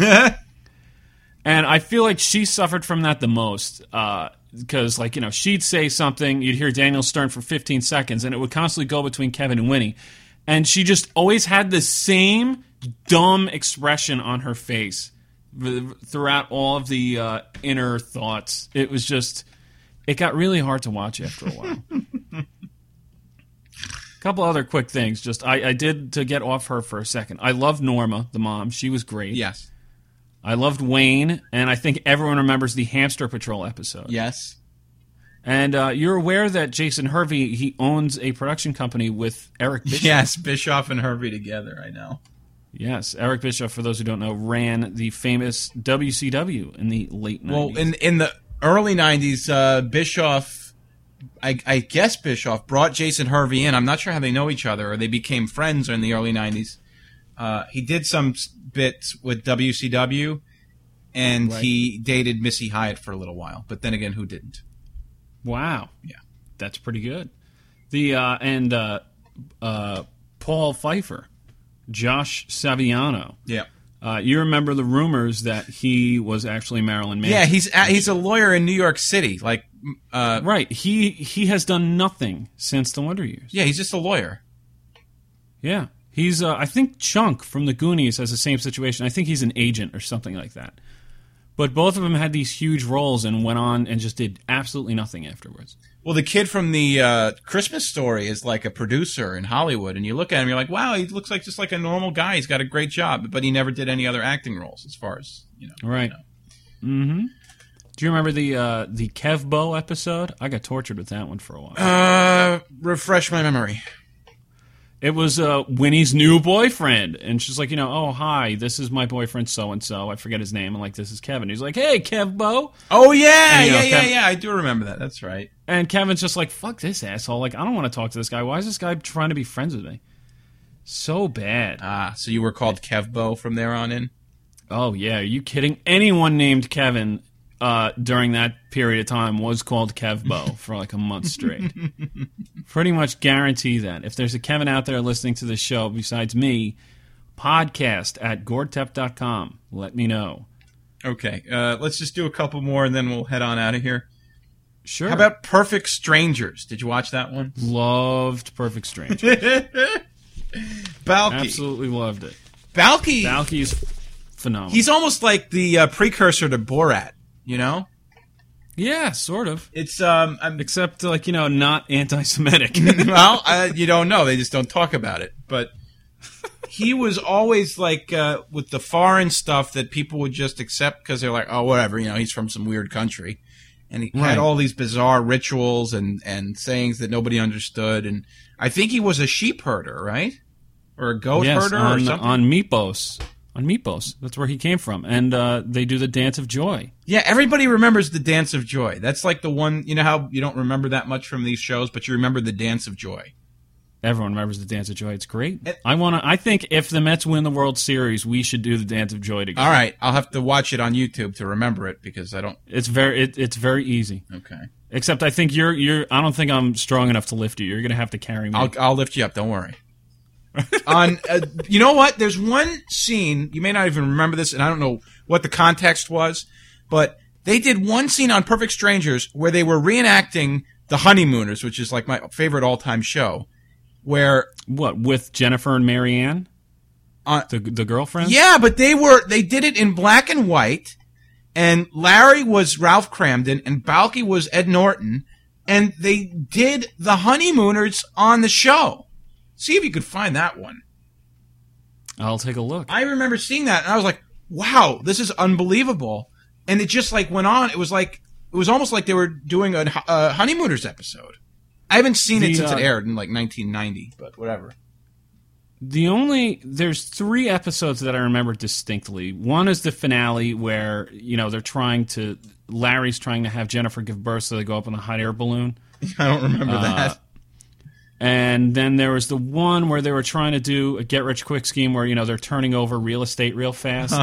Speaker 4: And I feel like she suffered from that the most because, like, you know, she'd say something, you'd hear Daniel Stern for 15 seconds, and it would constantly go between Kevin and Winnie. And she just always had the same dumb expression on her face th- throughout all of the uh, inner thoughts. It was just, it got really hard to watch after a while. couple other quick things just I, I did to get off her for a second i love norma the mom she was great
Speaker 3: Yes.
Speaker 4: I loved Wayne, and I think everyone remembers the Hamster Patrol episode.
Speaker 3: Yes.
Speaker 4: And uh, you're aware that Jason Hervey he owns a production company with Eric Bischoff.
Speaker 3: Yes. Bischoff and Hervey together. I know.
Speaker 4: Yes, Eric Bischoff. For those who don't know, ran the famous WCW in the late 90s.
Speaker 3: Well, in in the early '90s, uh, Bischoff, I, I guess Bischoff brought Jason Hervey in. I'm not sure how they know each other or they became friends in the early '90s. Uh, he did some s- bits with WCW, and he dated Missy Hyatt for a little while. But then again, who didn't?
Speaker 4: wow,
Speaker 3: Yeah.
Speaker 4: that's pretty good. The uh, and uh, uh, Paul Pfeiffer, Josh Saviano.
Speaker 3: Yeah,
Speaker 4: Uh, you remember the rumors that he was actually Marilyn Manson?
Speaker 3: yeah. He's a, he's a lawyer in New York City. Like, uh,
Speaker 4: Right. He he has done nothing since the Wonder Years.
Speaker 3: yeah, he's just a lawyer.
Speaker 4: Yeah. He's uh, I think Chunk from the Goonies has the same situation. I think he's an agent or something like that. But both of them had these huge roles and went on and just did absolutely nothing afterwards.
Speaker 3: Well, the kid from the uh, Christmas story is like a producer in Hollywood, and you look at him, you're like, wow, he looks like just like a normal guy. He's got a great job, but he never did any other acting roles, as far as you know.
Speaker 4: Right.
Speaker 3: you know.
Speaker 4: Mm-hmm. Do you remember the uh, the Kevbo episode? I got tortured with that one for a while.
Speaker 3: Uh, refresh my memory.
Speaker 4: It was uh, Winnie's new boyfriend, and she's like, you know, oh hi, this is my boyfriend so and so. I forget his name, and like this is Kevin. He's like, hey Kevbo,
Speaker 3: Oh yeah,
Speaker 4: you know,
Speaker 3: yeah, yeah,
Speaker 4: Kev-
Speaker 3: yeah. I do remember that. That's right.
Speaker 4: And Kevin's just like, fuck this asshole. Like, I don't want to talk to this guy. Why is this guy trying to be friends with me? So bad.
Speaker 3: Ah, so you were called Kevbo from there on in.
Speaker 4: oh, yeah. Are you kidding? Anyone named Kevin uh, during that period of time was called Kevbo for like a month straight. Pretty much guarantee that. If there's a Kevin out there listening to this show besides me, podcast at gordtep.com. Let me know.
Speaker 3: Okay, uh, let's just do a couple more, and then we'll head on out of here.
Speaker 4: Sure.
Speaker 3: How about Perfect Strangers? Did you watch that one?
Speaker 4: Loved Perfect Stranger.
Speaker 3: Balky.
Speaker 4: Absolutely loved it.
Speaker 3: Balky.
Speaker 4: Balky's phenomenal.
Speaker 3: He's almost like the uh, precursor to Borat. You know.
Speaker 4: Yeah, sort of.
Speaker 3: It's um, I'm,
Speaker 4: Except, like, you know, not anti Semitic.
Speaker 3: well, uh, you don't know. They just don't talk about it. But he was always like uh, with the foreign stuff that people would just accept because they're like, oh, whatever. You know, he's from some weird country, and he
Speaker 4: Right.
Speaker 3: had all these bizarre rituals and and sayings that nobody understood. And I think he was a sheep herder, right, or a goat
Speaker 4: yes,
Speaker 3: herder or
Speaker 4: on,
Speaker 3: something.
Speaker 4: on Mipos. On Mipos. That's where he came from. And uh, they do the Dance of Joy.
Speaker 3: Yeah, everybody remembers the dance of joy. That's like the one. You know how you don't remember that much from these shows, but you remember the dance of joy.
Speaker 4: Everyone remembers the Dance of Joy. It's great.
Speaker 3: It-
Speaker 4: I want to. I think if the Mets win the World Series, we should do the Dance of Joy together.
Speaker 3: All right, I'll have to watch it on YouTube to remember it because I don't.
Speaker 4: It's very. It, it's very easy.
Speaker 3: Okay,
Speaker 4: Except I think you're. You're. I don't think I'm strong enough to lift you. You're gonna have to carry me.
Speaker 3: I'll I'll lift you up. Don't worry. on uh, you know what? There's one scene you may not even remember this, and I don't know what the context was, but they did one scene on Perfect Strangers where they were reenacting The Honeymooners, which is like my favorite all-time show. Where
Speaker 4: what with Jennifer and Marianne?
Speaker 3: Uh,
Speaker 4: the the girlfriend.
Speaker 3: Yeah, but they were they did it in black and white, and Larry was Ralph Cramden and Balky was Ed Norton, and they did the honeymooners on the show. See if you could find that one.
Speaker 4: I'll take a look.
Speaker 3: I remember seeing that and I was like, "Wow, this is unbelievable!" And it just like went on. It was like it was almost like they were doing a, a honeymooners episode. I haven't seen
Speaker 4: The,
Speaker 3: it since
Speaker 4: uh,
Speaker 3: it aired in like 1990, but whatever.
Speaker 4: The only there's three episodes that I remember distinctly. One is the finale where you know they're trying to Larry's trying to have Jennifer give birth, so they go up in a hot air balloon.
Speaker 3: I don't remember that.
Speaker 4: And then there was the one where they were trying to do a get rich quick scheme where you know they're turning over real estate real fast.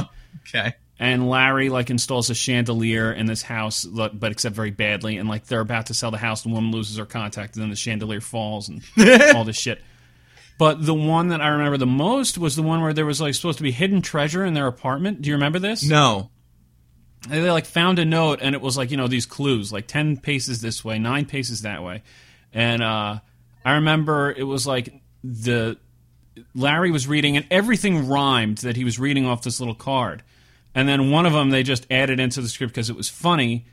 Speaker 3: Okay.
Speaker 4: and Larry like installs a chandelier in this house, but but except very badly, and like they're about to sell the house, the woman loses her contact, and then the chandelier falls and all this shit. But the one that I remember the most was the one where there was like supposed to be hidden treasure in their apartment. Do you remember this?
Speaker 3: No.
Speaker 4: And they like found a note, and it was like you know these clues, like ten paces this way, nine paces that way, and uh, I remember it was like the Larry was reading, and everything rhymed that he was reading off this little card. And then one of them they just added into the script because it was funny.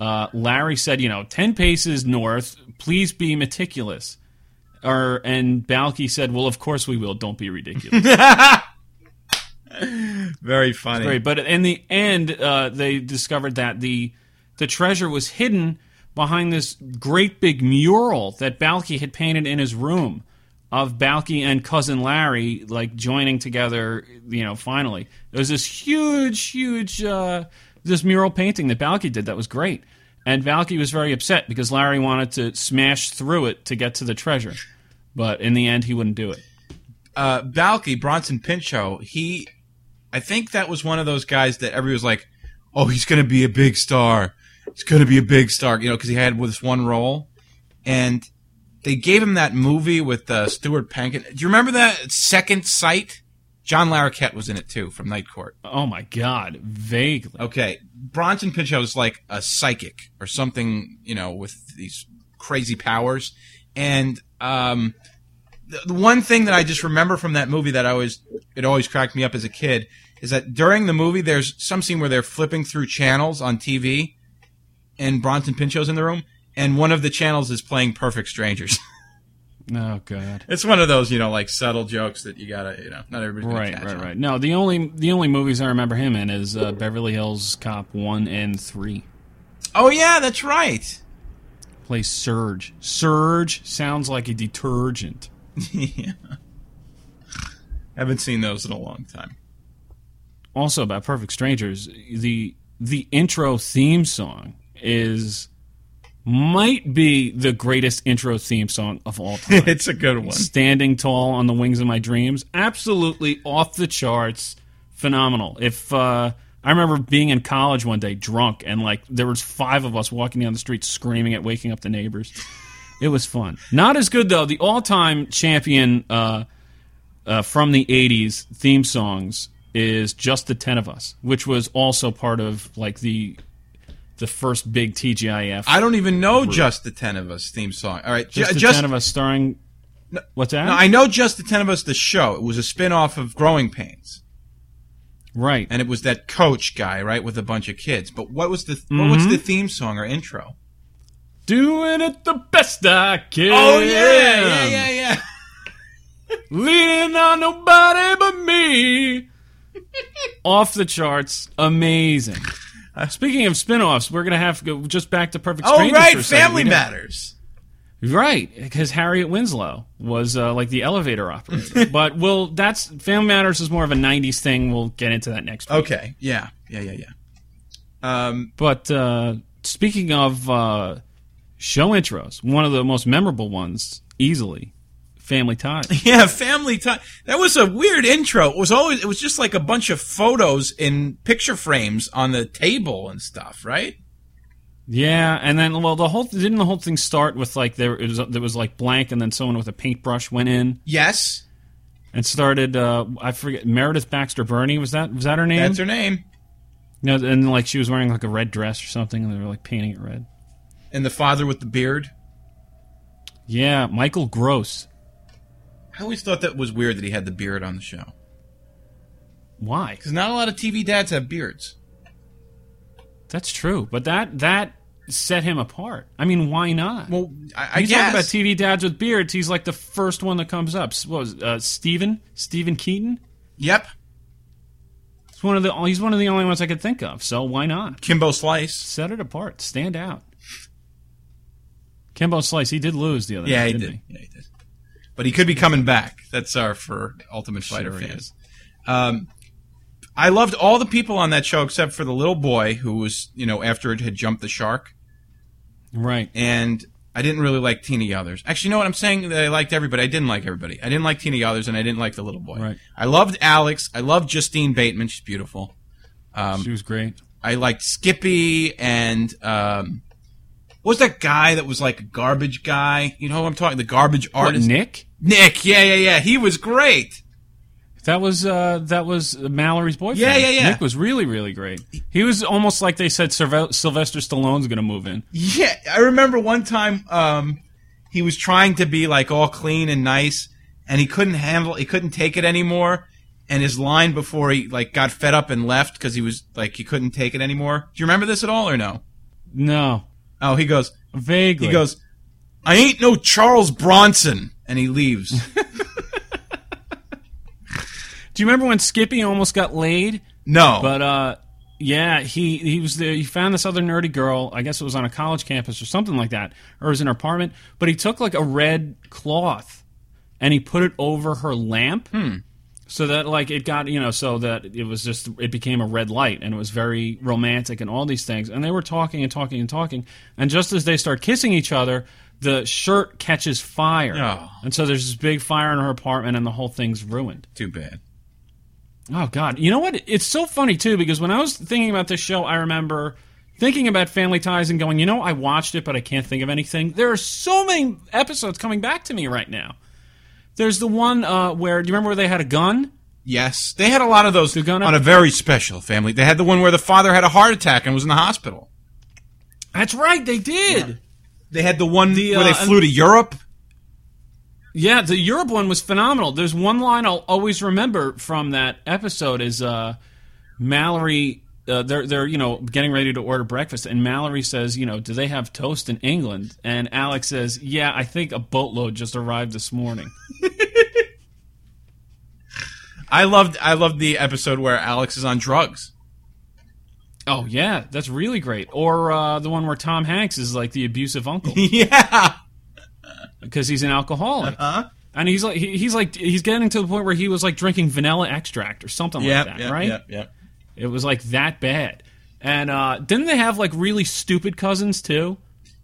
Speaker 4: Uh, Larry said, you know, 10 paces north, please be meticulous. Or, and Balky said, well, of course we will. Don't be ridiculous.
Speaker 3: Very funny.
Speaker 4: Right, but in the end, uh, they discovered that the the treasure was hidden behind this great big mural that Balky had painted in his room of Balky and cousin Larry like joining together. You know, finally, there was this huge, huge uh, this mural painting that Balky did that was great, and Balky was very upset because Larry wanted to smash through it to get to the treasure, but in the end, he wouldn't do it.
Speaker 3: uh, Balky Bronson Pinchot, he, I think that was one of those guys that everybody was like, "Oh, he's going to be a big star. He's going to be a big star," you know, because he had this one role, and they gave him that movie with uh, Stuart Pankin. Do you remember that Second Sight? John Larroquette was in it too from Night Court.
Speaker 4: Oh my God, vaguely.
Speaker 3: Okay, Bronson Pinchot was like a psychic or something, you know, with these crazy powers. And um, the, the one thing that I just remember from that movie that I always it always cracked me up as a kid is that during the movie there's some scene where they're flipping through channels on TV, and Bronson Pinchot's in the room, and one of the channels is playing Perfect Strangers.
Speaker 4: Oh God.
Speaker 3: it's one of those you know like subtle jokes that you gotta you know not everybody's gonna
Speaker 4: Right,
Speaker 3: catch
Speaker 4: right,
Speaker 3: on.
Speaker 4: right. No, the only the only movies I remember him in is uh, Beverly Hills Cop one and three.
Speaker 3: Oh yeah, that's right.
Speaker 4: Plays Surge. Surge sounds like a detergent.
Speaker 3: yeah. Haven't seen those in a long time.
Speaker 4: Also about Perfect Strangers, the the intro theme song is might be the greatest intro theme song of all time.
Speaker 3: It's a good one.
Speaker 4: Standing tall on the wings of my dreams, absolutely off the charts, phenomenal. If uh, I remember being in college one day, drunk, and like there was five of us walking down the street screaming at waking up the neighbors. It was fun. Not as good though. The all-time champion uh, uh, from the '80s theme songs is "Just the Ten of Us," which was also part of like the the first big TGIF.
Speaker 3: I don't even know just the ten of us theme song. All right,
Speaker 4: just
Speaker 3: ju-
Speaker 4: the
Speaker 3: just
Speaker 4: Ten of Us, starring what's that?
Speaker 3: No, I know just the ten of us. The show it was a spin off of Growing Pains.
Speaker 4: Right.
Speaker 3: and it was that coach guy, right, with a bunch of kids. But what was the what
Speaker 4: Mm-hmm.
Speaker 3: was the theme song or intro?
Speaker 4: Doing it the best I can.
Speaker 3: Oh, yeah, yeah, yeah.
Speaker 4: Leaning on nobody but me. Off the charts. Amazing. Speaking of spin-offs, we're going to have to go just back to Perfect
Speaker 3: Oh,
Speaker 4: Strangers for
Speaker 3: right,
Speaker 4: a second.
Speaker 3: Family
Speaker 4: We didn't-
Speaker 3: Matters.
Speaker 4: Right, because Harriet Winslow was uh, like the elevator operator. but we'll that's Family Matters is more of a '90s thing. We'll get into that next. Week.
Speaker 3: Okay, yeah, yeah, yeah, yeah. Um,
Speaker 4: But uh, speaking of uh, show intros, one of the most memorable ones, easily, Family Ties.
Speaker 3: yeah, Family Time. That was a weird intro. It was always it was just like a bunch of photos in picture frames on the table and stuff, right?
Speaker 4: yeah, and then well, the whole didn't the whole thing start with like there it was there was like blank, and then someone with a paintbrush went in
Speaker 3: Yes,
Speaker 4: and started. Uh, I forget Meredith Baxter Burney was that was that her name?
Speaker 3: that's her name.
Speaker 4: No, and like she was wearing like a red dress or something, and they were like painting it red.
Speaker 3: And the father with the beard.
Speaker 4: Yeah, Michael Gross.
Speaker 3: I always thought that was weird that he had the beard on the show
Speaker 4: Why?
Speaker 3: because not a lot of TV dads have beards.
Speaker 4: That's true, but that that set him apart. I mean, why not?
Speaker 3: Well, I, I
Speaker 4: you
Speaker 3: guess
Speaker 4: talk about TV dads with beards. He's like the first one that comes up. S- What was uh, Steven? Steven Keaton.
Speaker 3: Yep,
Speaker 4: He's one of the he's one of the only ones I could think of. So why not
Speaker 3: Kimbo Slice.
Speaker 4: set it apart? Stand out. Kimbo Slice. He did lose the other
Speaker 3: Yeah,
Speaker 4: night.
Speaker 3: he
Speaker 4: didn't
Speaker 3: did. Yeah, he did. But he could be coming back. That's our for Ultimate Fighter
Speaker 4: Sure he
Speaker 3: fans. Um, I loved all the people on that show except for the little boy who was, you know, after it had jumped the shark.
Speaker 4: Right.
Speaker 3: And I didn't really like Teeny Others. Actually, you know what? I'm saying that I liked everybody. I didn't like everybody. I didn't like Teeny Others, and I didn't like the little boy.
Speaker 4: Right.
Speaker 3: I loved Alex. I loved Justine Bateman. She's beautiful. Um,
Speaker 4: she was great.
Speaker 3: I liked Skippy and um, what was that guy that was like a garbage guy? You know who I'm talking? The garbage
Speaker 4: What,
Speaker 3: artist,
Speaker 4: Nick?
Speaker 3: Nick. Yeah, yeah, yeah. He was great.
Speaker 4: That was uh, that was Mallory's boyfriend.
Speaker 3: Yeah, yeah, yeah.
Speaker 4: Nick was really, really great. He was almost like they said Sylve- Sylvester Stallone's going to move in.
Speaker 3: Yeah, I remember one time um, he was trying to be like all clean and nice, and he couldn't handle, he couldn't take it anymore. And his line before he like got fed up and left because he was like he couldn't take it anymore. Do you remember this at all or no?
Speaker 4: No,
Speaker 3: Oh, he goes,
Speaker 4: vaguely.
Speaker 3: He goes, I ain't no Charles Bronson. And he leaves.
Speaker 4: Do you remember when Skippy almost got laid?
Speaker 3: No.
Speaker 4: But uh, yeah, he he was there. He found this other nerdy girl. I guess it was on a college campus or something like that, or it was in her apartment. But he took like a red cloth and he put it over her lamp. So that like it got you know so that it was just it became a red light and it was very romantic and all these things and they were talking and talking and talking and just as they start kissing each other the shirt catches fire
Speaker 3: Oh.
Speaker 4: and so there's this big fire in her apartment and the whole thing's ruined.
Speaker 3: Too bad.
Speaker 4: Oh God! You know what? It's so funny too because when I was thinking about this show, I remember thinking about Family Ties and going, you know, I watched it, but I can't think of anything. There are so many episodes coming back to me right now. There's the one uh, where do you remember where they had a gun?
Speaker 3: Yes, they had a lot of those
Speaker 4: gonna-
Speaker 3: on a very special family. They had the one where the father had a heart attack and was in the hospital.
Speaker 4: That's right, they did.
Speaker 3: They had the one
Speaker 4: The,
Speaker 3: where they
Speaker 4: uh,
Speaker 3: flew to Europe.
Speaker 4: Yeah. the Europe one was phenomenal. There's one line I'll always remember from that episode is uh, Mallory. Uh, they're they're you know getting ready to order breakfast, and Mallory says, you know, do they have toast in England? And Alex says, yeah, I think a boatload just arrived this morning.
Speaker 3: I loved I loved the episode where Alex is on drugs.
Speaker 4: oh yeah, that's really great. Or uh, the one where Tom Hanks is like the abusive uncle
Speaker 3: yeah.
Speaker 4: because he's an alcoholic,
Speaker 3: Uh-huh.
Speaker 4: and he's like he, he's like he's getting to the point where he was like drinking vanilla extract or something
Speaker 3: Yep,
Speaker 4: like that,
Speaker 3: yep,
Speaker 4: right?
Speaker 3: yep, yep.
Speaker 4: It was like that bad. And uh, didn't they have like really stupid cousins too?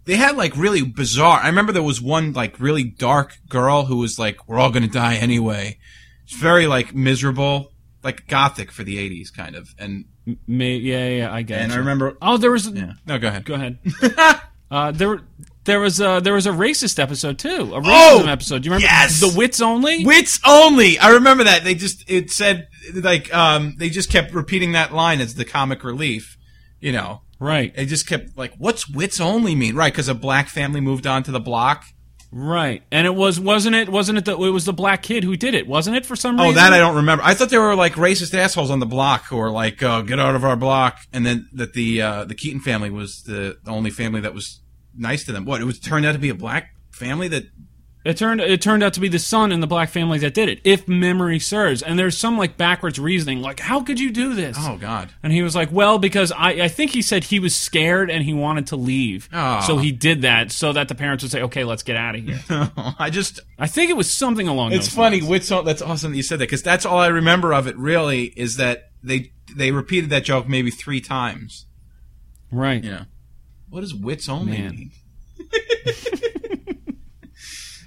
Speaker 3: They had like really bizarre. I remember there was one like really dark girl who was like, "We're all gonna die anyway." It's very like miserable, like gothic for the '80s kind of. And
Speaker 4: May- yeah, yeah, I guess.
Speaker 3: and I remember.
Speaker 4: Oh, there was.
Speaker 3: Yeah. No, go ahead.
Speaker 4: Go ahead. uh, there, there was a there was a racist episode too. A racism
Speaker 3: Oh!
Speaker 4: episode. Do you remember?
Speaker 3: Yes!
Speaker 4: The wits only.
Speaker 3: Wits only. I remember that. They just it said like um they just kept repeating that line as the comic relief, you know.
Speaker 4: right.
Speaker 3: It just kept like what's wits only mean? Right, cuz a black family moved onto the block
Speaker 4: Right, and it was wasn't it wasn't it the it was the black kid who did it, wasn't it? For some
Speaker 3: Oh,
Speaker 4: reason,
Speaker 3: that I don't remember. I thought there were like racist assholes on the block who were like, uh, "Get out of our block," and then that the uh, the Keaton family was the the only family that was nice to them. What it was turned out to be a black family that
Speaker 4: It turned it turned out to be the son in the black family that did it, if memory serves. And there's some like backwards reasoning, like how could you do this?
Speaker 3: oh god
Speaker 4: And he was like, well, because I, I think he said he was scared and he wanted to leave,
Speaker 3: Aw.
Speaker 4: so he did that so that the parents would say, okay, let's get out of here.
Speaker 3: I just
Speaker 4: I think it was something along.
Speaker 3: it's
Speaker 4: those
Speaker 3: funny.
Speaker 4: lines.
Speaker 3: Which song- that's awesome that you said that because that's all I remember of it. Really, is that they they repeated that joke maybe three times.
Speaker 4: right?
Speaker 3: You know, what does wits only
Speaker 4: Man.
Speaker 3: mean?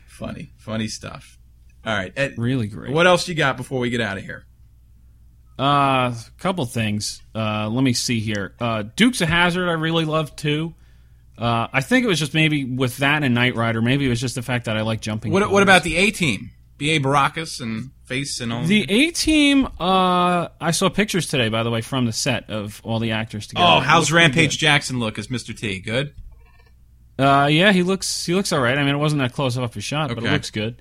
Speaker 3: funny, funny stuff. All right, Ed,
Speaker 4: Really great.
Speaker 3: what else you got before we get out of here?
Speaker 4: Uh, couple things. Uh, let me see here. Uh, Dukes of Hazard, I really love too. Uh, I think it was just maybe with that and Knight Rider. Maybe it was just the fact that I like jumping.
Speaker 3: What what
Speaker 4: cars.
Speaker 3: about the A team? B.A. Baracus and Face and all.
Speaker 4: the A Team? Uh, I saw pictures today, by the way, from the set of all the actors together.
Speaker 3: oh, how's
Speaker 4: It looked pretty
Speaker 3: Rampage Jackson look as Mr. T? Good.
Speaker 4: good. Uh, yeah, he looks he looks all right. I mean, it wasn't that close up of a shot, but it
Speaker 3: Okay.
Speaker 4: looks good.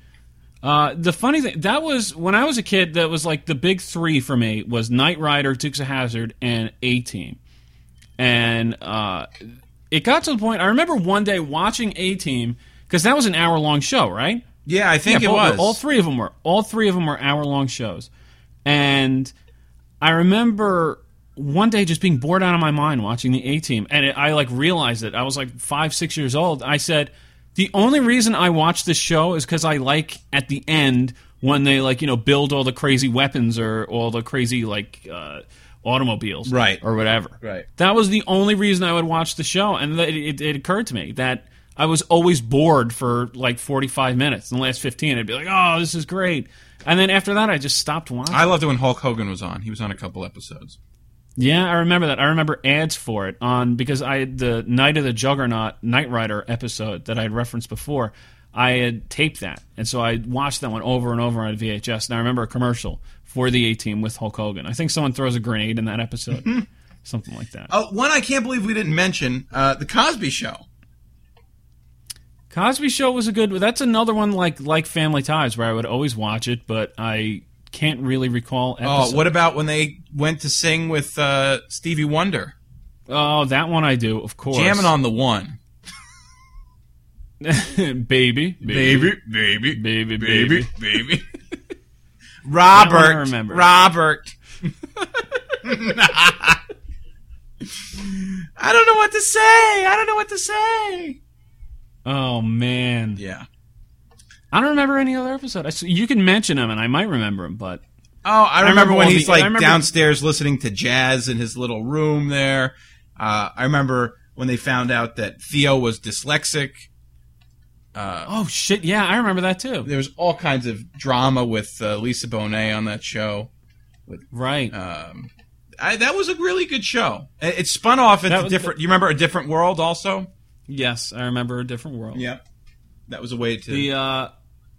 Speaker 4: Uh, the funny thing that was when I was a kid, that was like the big three for me was Knight Rider, Dukes of Hazard, and A Team. and uh, it got to the point. I remember one day watching A Team because that was an hour long show, right?
Speaker 3: Yeah, I think
Speaker 4: Yeah,
Speaker 3: it
Speaker 4: both-
Speaker 3: was.
Speaker 4: All three of them were. All three of them were hour long shows, and I remember one day just being bored out of my mind watching the A Team, and it, I like realized it. I was like five, six years old. I said, the only reason I watch this show is because I like at the end when they like you know build all the crazy weapons or all the crazy like uh, automobiles,
Speaker 3: Right.
Speaker 4: or whatever,
Speaker 3: Right.
Speaker 4: That was the only reason I would watch the show, and it, it, it occurred to me that I was always bored for like forty-five minutes. In the last fifteen, I'd be like, "Oh, this is great," and then after that, I just stopped watching.
Speaker 3: I loved it when Hulk Hogan was on. He was on a couple episodes.
Speaker 4: yeah, I remember that. I remember ads for it on because I had the Night of the Juggernaut Knight Rider episode that I had referenced before. I had taped that, and so I watched that one over and over on VHS. And I remember a commercial for the A Team with Hulk Hogan. I think someone throws a grenade in that episode, something like that.
Speaker 3: Oh, one I can't believe we didn't mention uh, the Cosby Show.
Speaker 4: Cosby Show was a good. That's another one like like Family Ties where I would always watch it, but I can't really recall.
Speaker 3: Oh,
Speaker 4: Episodes.
Speaker 3: what about when they went to sing with uh, Stevie Wonder,
Speaker 4: Oh, that one I do, of course.
Speaker 3: jamming on the one,
Speaker 4: baby, baby,
Speaker 3: baby,
Speaker 4: baby, baby.
Speaker 3: baby, baby. Robert,
Speaker 4: I remember.
Speaker 3: Robert. I don't know what to say. I don't know what to say.
Speaker 4: Oh man,
Speaker 3: Yeah.
Speaker 4: I don't remember any other episode. I s you can mention them, and I might remember them, but
Speaker 3: Oh, I remember,
Speaker 4: remember
Speaker 3: when
Speaker 4: all
Speaker 3: he's
Speaker 4: the- I
Speaker 3: like
Speaker 4: remember-
Speaker 3: downstairs listening to jazz in his little room there. Uh, I remember when they found out that Theo was dyslexic. Uh,
Speaker 4: oh shit, yeah, I remember that too.
Speaker 3: There was all kinds of drama with uh, Lisa Bonet on that show.
Speaker 4: Right.
Speaker 3: Um, I, that was a really good show. It, it spun off
Speaker 4: That
Speaker 3: into
Speaker 4: was
Speaker 3: different. you remember a different world also?
Speaker 4: yes, I remember a different world.
Speaker 3: Yeah, that was a way to.
Speaker 4: The uh,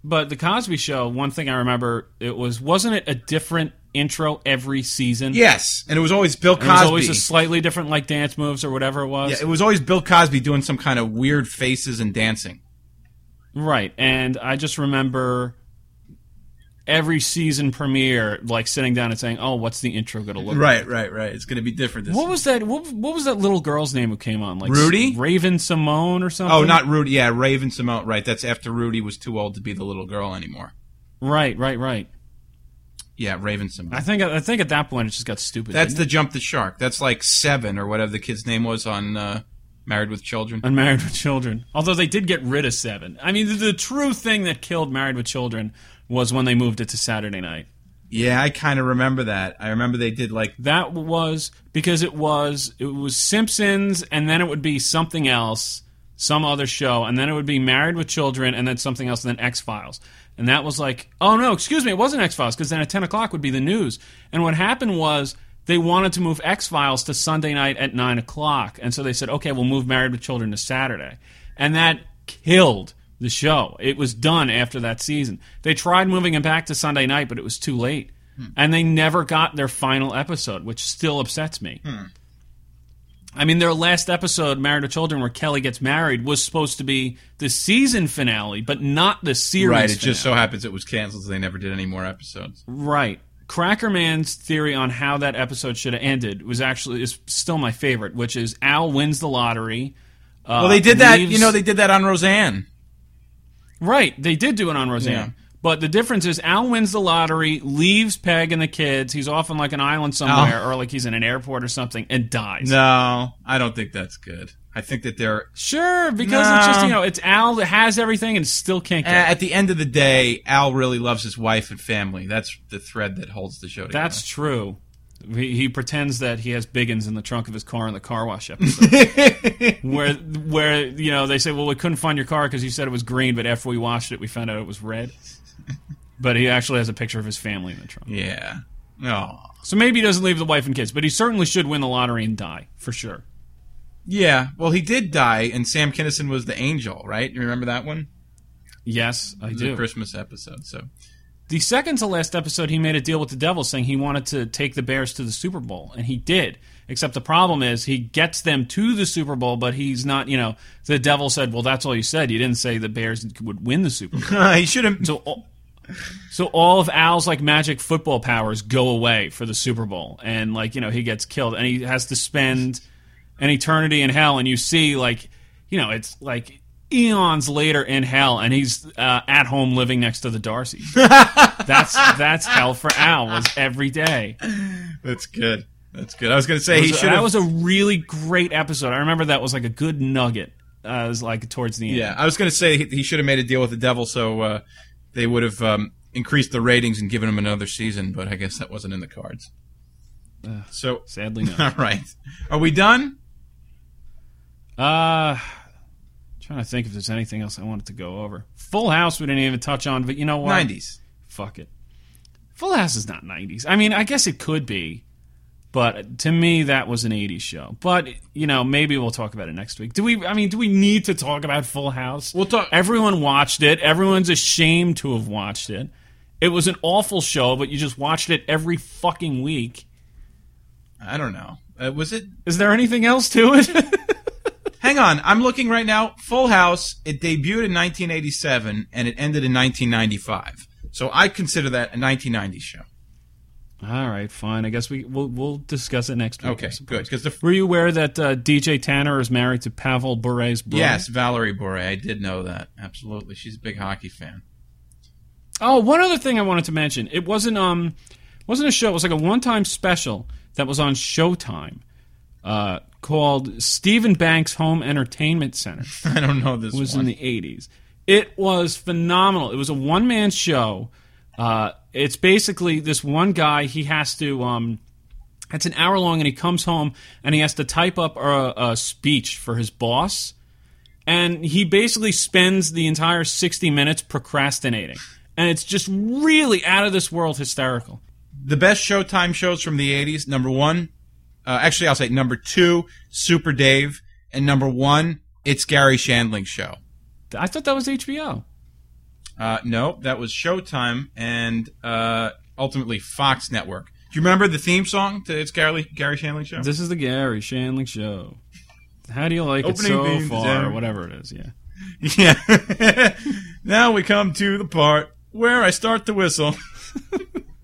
Speaker 4: but the Cosby Show. One thing I remember it was wasn't it a different intro every season?
Speaker 3: yes, and it was always Bill Cosby.
Speaker 4: It was always a slightly different, like dance moves or whatever it was.
Speaker 3: yeah, it was always Bill Cosby doing some kind of weird faces and dancing.
Speaker 4: right. And I just remember every season premiere, like sitting down and saying, "Oh, what's the intro going to look?" like?
Speaker 3: Right, right, right. It's going to be different this.
Speaker 4: What was that? What, what was that little girl's name who came on? Like
Speaker 3: Rudy?
Speaker 4: Raven Simone, or something?
Speaker 3: Oh, not Rudy. Yeah, Raven Simone. Right. That's after Rudy was too old to be the little girl anymore.
Speaker 4: right, right, right.
Speaker 3: Yeah, Raven Simone.
Speaker 4: I think I think at that point it just got stupid.
Speaker 3: That's
Speaker 4: didn't
Speaker 3: the jump the shark. That's like seven or whatever the kid's name was on uh, Married with Children.
Speaker 4: it? on Married with Children. Although they did get rid of seven. I mean, the, the true thing that killed Married with Children was when they moved it to Saturday night.
Speaker 3: Yeah, I kind of remember that. I remember they did like
Speaker 4: That was because it was it was Simpsons, and then it would be something else, some other show, and then it would be Married with Children, and then something else, and then X Files. And that was like, oh no, excuse me, it wasn't X Files because then at ten o'clock would be the news. And what happened was they wanted to move X Files to Sunday night at nine o'clock, and so they said, okay, we'll move Married with Children to Saturday, and that killed the show. It was done after that season. They tried moving it back to Sunday night, but it was too late.
Speaker 3: Hmm.
Speaker 4: And they never got their final episode, which still upsets me. I mean, their last episode, Married to Children, where Kelly gets married, was supposed to be the season finale, but not the series.
Speaker 3: Right. It
Speaker 4: finale.
Speaker 3: just so happens it was canceled, so they never did any more episodes.
Speaker 4: Right. Crackerman's theory on how that episode should have ended was actually is still my favorite, which is Al wins the lottery. Uh,
Speaker 3: well, they did that.
Speaker 4: leaves-
Speaker 3: You know, they did that on Roseanne.
Speaker 4: right. They did do it on Roseanne.
Speaker 3: Yeah.
Speaker 4: But the difference is Al wins the lottery, leaves Peg and the kids. He's off on like an island somewhere, or like he's in an airport or something, and dies.
Speaker 3: Oh. No, I don't think that's good. I think that they're
Speaker 4: Sure, because it's just
Speaker 3: No. Eh.
Speaker 4: you know it's Al that has everything and still can't
Speaker 3: a-
Speaker 4: get. it.
Speaker 3: at the end of the day, Al really loves his wife and family. That's the thread that holds the show together.
Speaker 4: That's true. He, he pretends that he has Biggins in the trunk of his car in the car wash episode, where where you know they say, "Well, we couldn't find your car because you said it was green, but after we washed it, we found out it was red." But he actually has a picture of his family in the trunk,
Speaker 3: yeah. Oh.
Speaker 4: so maybe he doesn't leave the wife and kids, but he certainly should win the lottery and die for sure.
Speaker 3: Yeah. Well, he did die, and Sam Kinison was the angel, right? You remember that one?
Speaker 4: Yes, I
Speaker 3: It was a
Speaker 4: do.
Speaker 3: Christmas episode. So
Speaker 4: The second to last episode, he made a deal with the devil saying he wanted to take the Bears to the Super Bowl, and he did. Except the problem is he gets them to the Super Bowl, but he's not, you know, the devil said, well, that's all you said. You didn't say the Bears would win the Super Bowl.
Speaker 3: he should have.
Speaker 4: so, all, so all of Al's, like, magic football powers go away for the Super Bowl, and, like, you know, he gets killed, and he has to spend an eternity in hell, and you see, like, you know, it's like eons later in hell, and he's uh, at home living next to the Darcys. That's that's hell for Al was every day.
Speaker 3: That's good. That's good. I was going to say he should
Speaker 4: that
Speaker 3: have.
Speaker 4: was a really great episode. I remember that was like a good nugget. Uh, it was like towards the end.
Speaker 3: Yeah, I was going to say he, he should have made a deal with the devil so uh, they would have um, increased the ratings and given him another season, but I guess that wasn't in the cards. so,
Speaker 4: Sadly, no.
Speaker 3: all right. Are we done?
Speaker 4: uh, trying to think if there's anything else I wanted to go over. Full House we didn't even touch on, but you know what?
Speaker 3: 90s.
Speaker 4: Fuck it. Full House is not 90s. I mean, I guess it could be, but to me that was an 80s show. But you know, maybe we'll talk about it next week. Do we? I mean, do we need to talk about Full House?
Speaker 3: We'll talk-
Speaker 4: Everyone watched it. Everyone's ashamed to have watched it. It was an awful show, but you just watched it every fucking week.
Speaker 3: I don't know. Uh, was it?
Speaker 4: Is there anything else to it?
Speaker 3: Hang on. I'm looking right now. Full House, it debuted in 1987 and it ended in 1995. So I consider that a 1990s show.
Speaker 4: All right, fine. I guess we we'll, we'll discuss it next week. I
Speaker 3: Okay,
Speaker 4: suppose.
Speaker 3: good. Because the
Speaker 4: Were you aware that uh, DJ Tanner is married to Pavel Bure's brother?
Speaker 3: Yes, Valerie Bore. I did know that. Absolutely. She's a big hockey fan.
Speaker 4: Oh, one other thing I wanted to mention. It wasn't um wasn't a show. It was like a one-time special that was on Showtime uh, called Stephen Banks Home Entertainment Center. It
Speaker 3: I don't know this
Speaker 4: was
Speaker 3: one.
Speaker 4: in the 80s. It was phenomenal. It was a one-man show. Uh, it's basically this one guy, he has to um it's an hour long and he comes home and he has to type up a, a speech for his boss and he basically spends the entire 60 minutes procrastinating and it's just really out of this world hysterical
Speaker 3: the best Showtime shows from the 80s. Number one, uh, actually, I'll say number two, Super Dave. And number one, It's Gary Shandling's show.
Speaker 4: i thought that was hbo
Speaker 3: Uh, no, that was Showtime and uh, ultimately Fox Network. Do you remember the theme song to It's Gary, Gary Shandling's show?
Speaker 4: this is the gary shanling show how do you like
Speaker 3: Opening
Speaker 4: it
Speaker 3: theme to
Speaker 4: so far
Speaker 3: Gary.
Speaker 4: or whatever it is yeah
Speaker 3: yeah. now we come to the part where I start to whistle.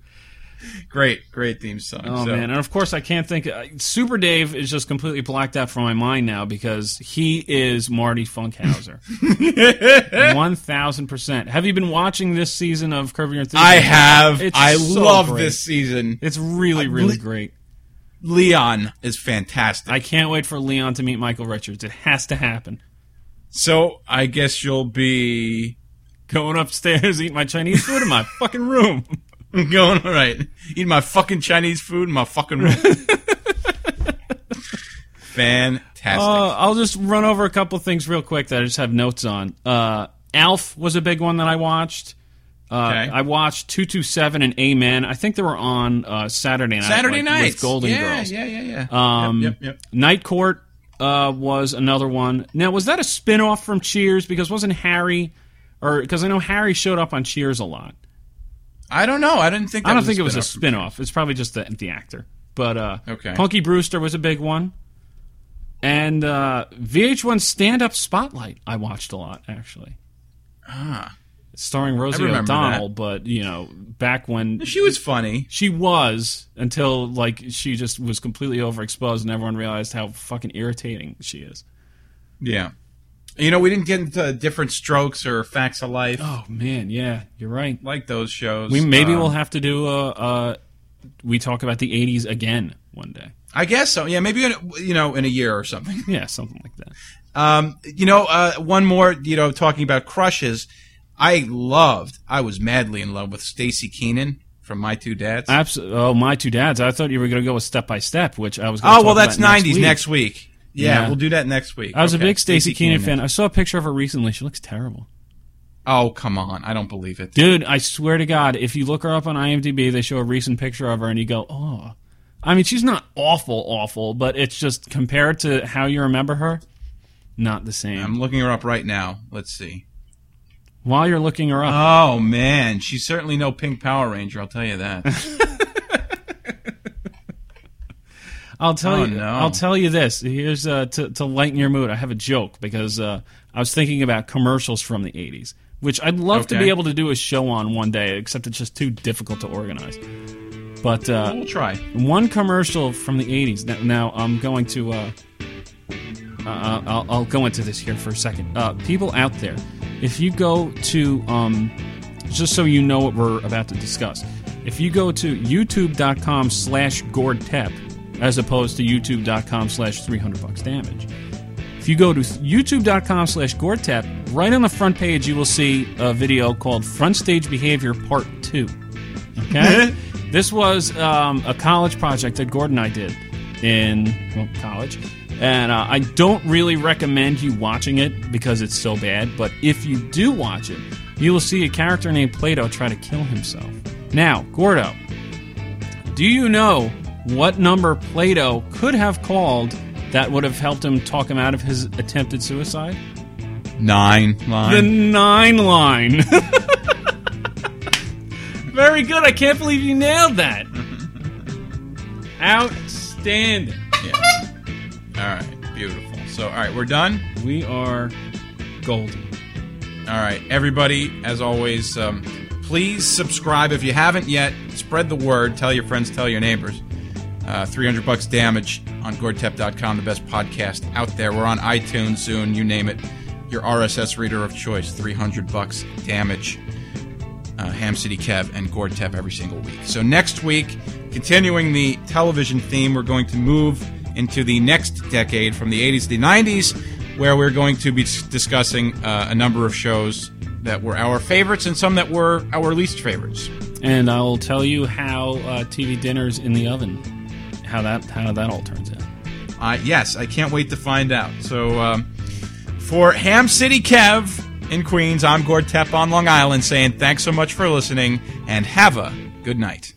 Speaker 3: great, great theme song.
Speaker 4: oh
Speaker 3: So-
Speaker 4: man and of course i can't think uh, super dave is just completely blacked out from my mind now because he is marty funkhauser 1000% have you been watching this season of curb your enthusiasm
Speaker 3: I have.
Speaker 4: It's
Speaker 3: I
Speaker 4: so
Speaker 3: love
Speaker 4: great.
Speaker 3: this season.
Speaker 4: it's really really
Speaker 3: li-
Speaker 4: great
Speaker 3: Leon is fantastic.
Speaker 4: I can't wait for Leon to meet Michael Richards. It has to happen.
Speaker 3: So I guess you'll be
Speaker 4: Going upstairs, eat my Chinese food in my fucking room.
Speaker 3: going all right. Eating my fucking Chinese food in my fucking room. Fantastic.
Speaker 4: Uh, I'll just run over a couple things real quick that I just have notes on. Uh, Alf was a big one that I watched. Uh,
Speaker 3: Okay.
Speaker 4: I watched Two Two Seven and Amen. I think they were on uh, Saturday night.
Speaker 3: Saturday
Speaker 4: like,
Speaker 3: night
Speaker 4: with Golden
Speaker 3: yeah,
Speaker 4: Girls.
Speaker 3: Yeah, yeah, yeah.
Speaker 4: Um,
Speaker 3: yep, yep,
Speaker 4: Night Court uh, was another one. Now, was that a spin off from Cheers? Because wasn't Harry, or because I know Harry showed up on Cheers a lot.
Speaker 3: I don't know. I didn't think. That
Speaker 4: I don't think it was a
Speaker 3: spin-off.
Speaker 4: spin-off. It's probably just the, the actor. But uh,
Speaker 3: Okay.
Speaker 4: Punky Brewster was a big one. and uh, VH1 Stand Up Spotlight. I watched a lot actually.
Speaker 3: Ah,
Speaker 4: starring Rosie
Speaker 3: remember
Speaker 4: O'Donnell, but you know, back when
Speaker 3: she was funny.
Speaker 4: she was until like she just was completely overexposed and everyone realized how fucking irritating she is.
Speaker 3: Yeah. You know, we didn't get into different strokes or facts of life
Speaker 4: Oh man, yeah, you're right.
Speaker 3: like those shows.
Speaker 4: We maybe
Speaker 3: Um,
Speaker 4: we'll have to do a, a we talk about the 80s again one day.
Speaker 3: I guess so. Yeah, maybe in, a- you know in a year or something.
Speaker 4: Yeah, something like that.
Speaker 3: Um, you know, uh, one more. You know, talking about crushes, I loved. I was madly in love with Stacy Keenan from My Two Dads.
Speaker 4: Absolutely. Oh, my two dads. I thought you were going to go with step by step, which I was. Gonna
Speaker 3: oh
Speaker 4: talk
Speaker 3: well, that's
Speaker 4: about
Speaker 3: nineties next week. Yeah,
Speaker 4: Yeah.
Speaker 3: we'll do that next week.
Speaker 4: I was
Speaker 3: Okay.
Speaker 4: a big Stacey
Speaker 3: Stacey
Speaker 4: Keenan fan. I saw a picture of her recently. She looks terrible,
Speaker 3: Oh come on, I don't believe it.
Speaker 4: dude. I swear to God, if you look her up on IMDb, they show a recent picture of her, and you go, "Oh." I mean, she's not awful, awful, but it's just compared to how you remember her, not the same.
Speaker 3: I'm looking her up right now. Let's see.
Speaker 4: While you're looking her up,
Speaker 3: Oh man, she's certainly no pink Power Ranger. I'll tell you that.
Speaker 4: I'll tell
Speaker 3: Oh,
Speaker 4: you.
Speaker 3: no.
Speaker 4: I'll tell you this. Here's uh, to to lighten your mood. I have a joke because uh, I was thinking about commercials from the '80s, which I'd love to
Speaker 3: Okay.
Speaker 4: be able to do a show on one day. Except it's just too difficult to organize. But uh,
Speaker 3: we'll try.
Speaker 4: one commercial from the '80s. Now, now I'm going to. Uh, uh, I'll, I'll go into this here for a second. Uh, people out there, if you go to, um, just so you know what we're about to discuss, if you go to youtube.com slash gordtep, as opposed to youtube.com slash 300 bucks damage, if you go to youtube.com slash gordtep, right on the front page you will see a video called Front Stage Behavior Part 2. Okay? this was um, a college project that Gordon and I did in well, college. And uh, I don't really recommend you watching it because it's so bad, but if you do watch it, you will see a character named Plato try to kill himself. Now, Gordo, do you know what number Plato could have called that would have helped him talk him out of his attempted suicide?
Speaker 3: Nine line.
Speaker 4: The nine line. Very good. I can't believe you nailed that. Outstanding.
Speaker 3: Yeah. All right. Beautiful. So, all right, we're done.
Speaker 4: We are golden.
Speaker 3: All right, everybody. As always, um, please subscribe if you haven't yet. Spread the word. Tell your friends. Tell your neighbors. Uh, 300 bucks damage on gordtep.com, the best podcast out there. We're on iTunes soon, you name it. Your RSS reader of choice, 300 bucks damage. Uh, Ham City Kev and Gord Tep every single week. So next week, continuing the television theme, we're going to move into the next decade from the 80s to the 90s, where we're going to be s- discussing uh, a number of shows that were our favorites and some that were our least favorites.
Speaker 4: And I will tell you how uh, TV dinners in the oven, how that how that all turns out.
Speaker 3: Uh, yes, I can't wait to find out. So, um, for Ham City Kev in Queens, I'm Gord Tep on Long Island saying thanks so much for listening and have a good night.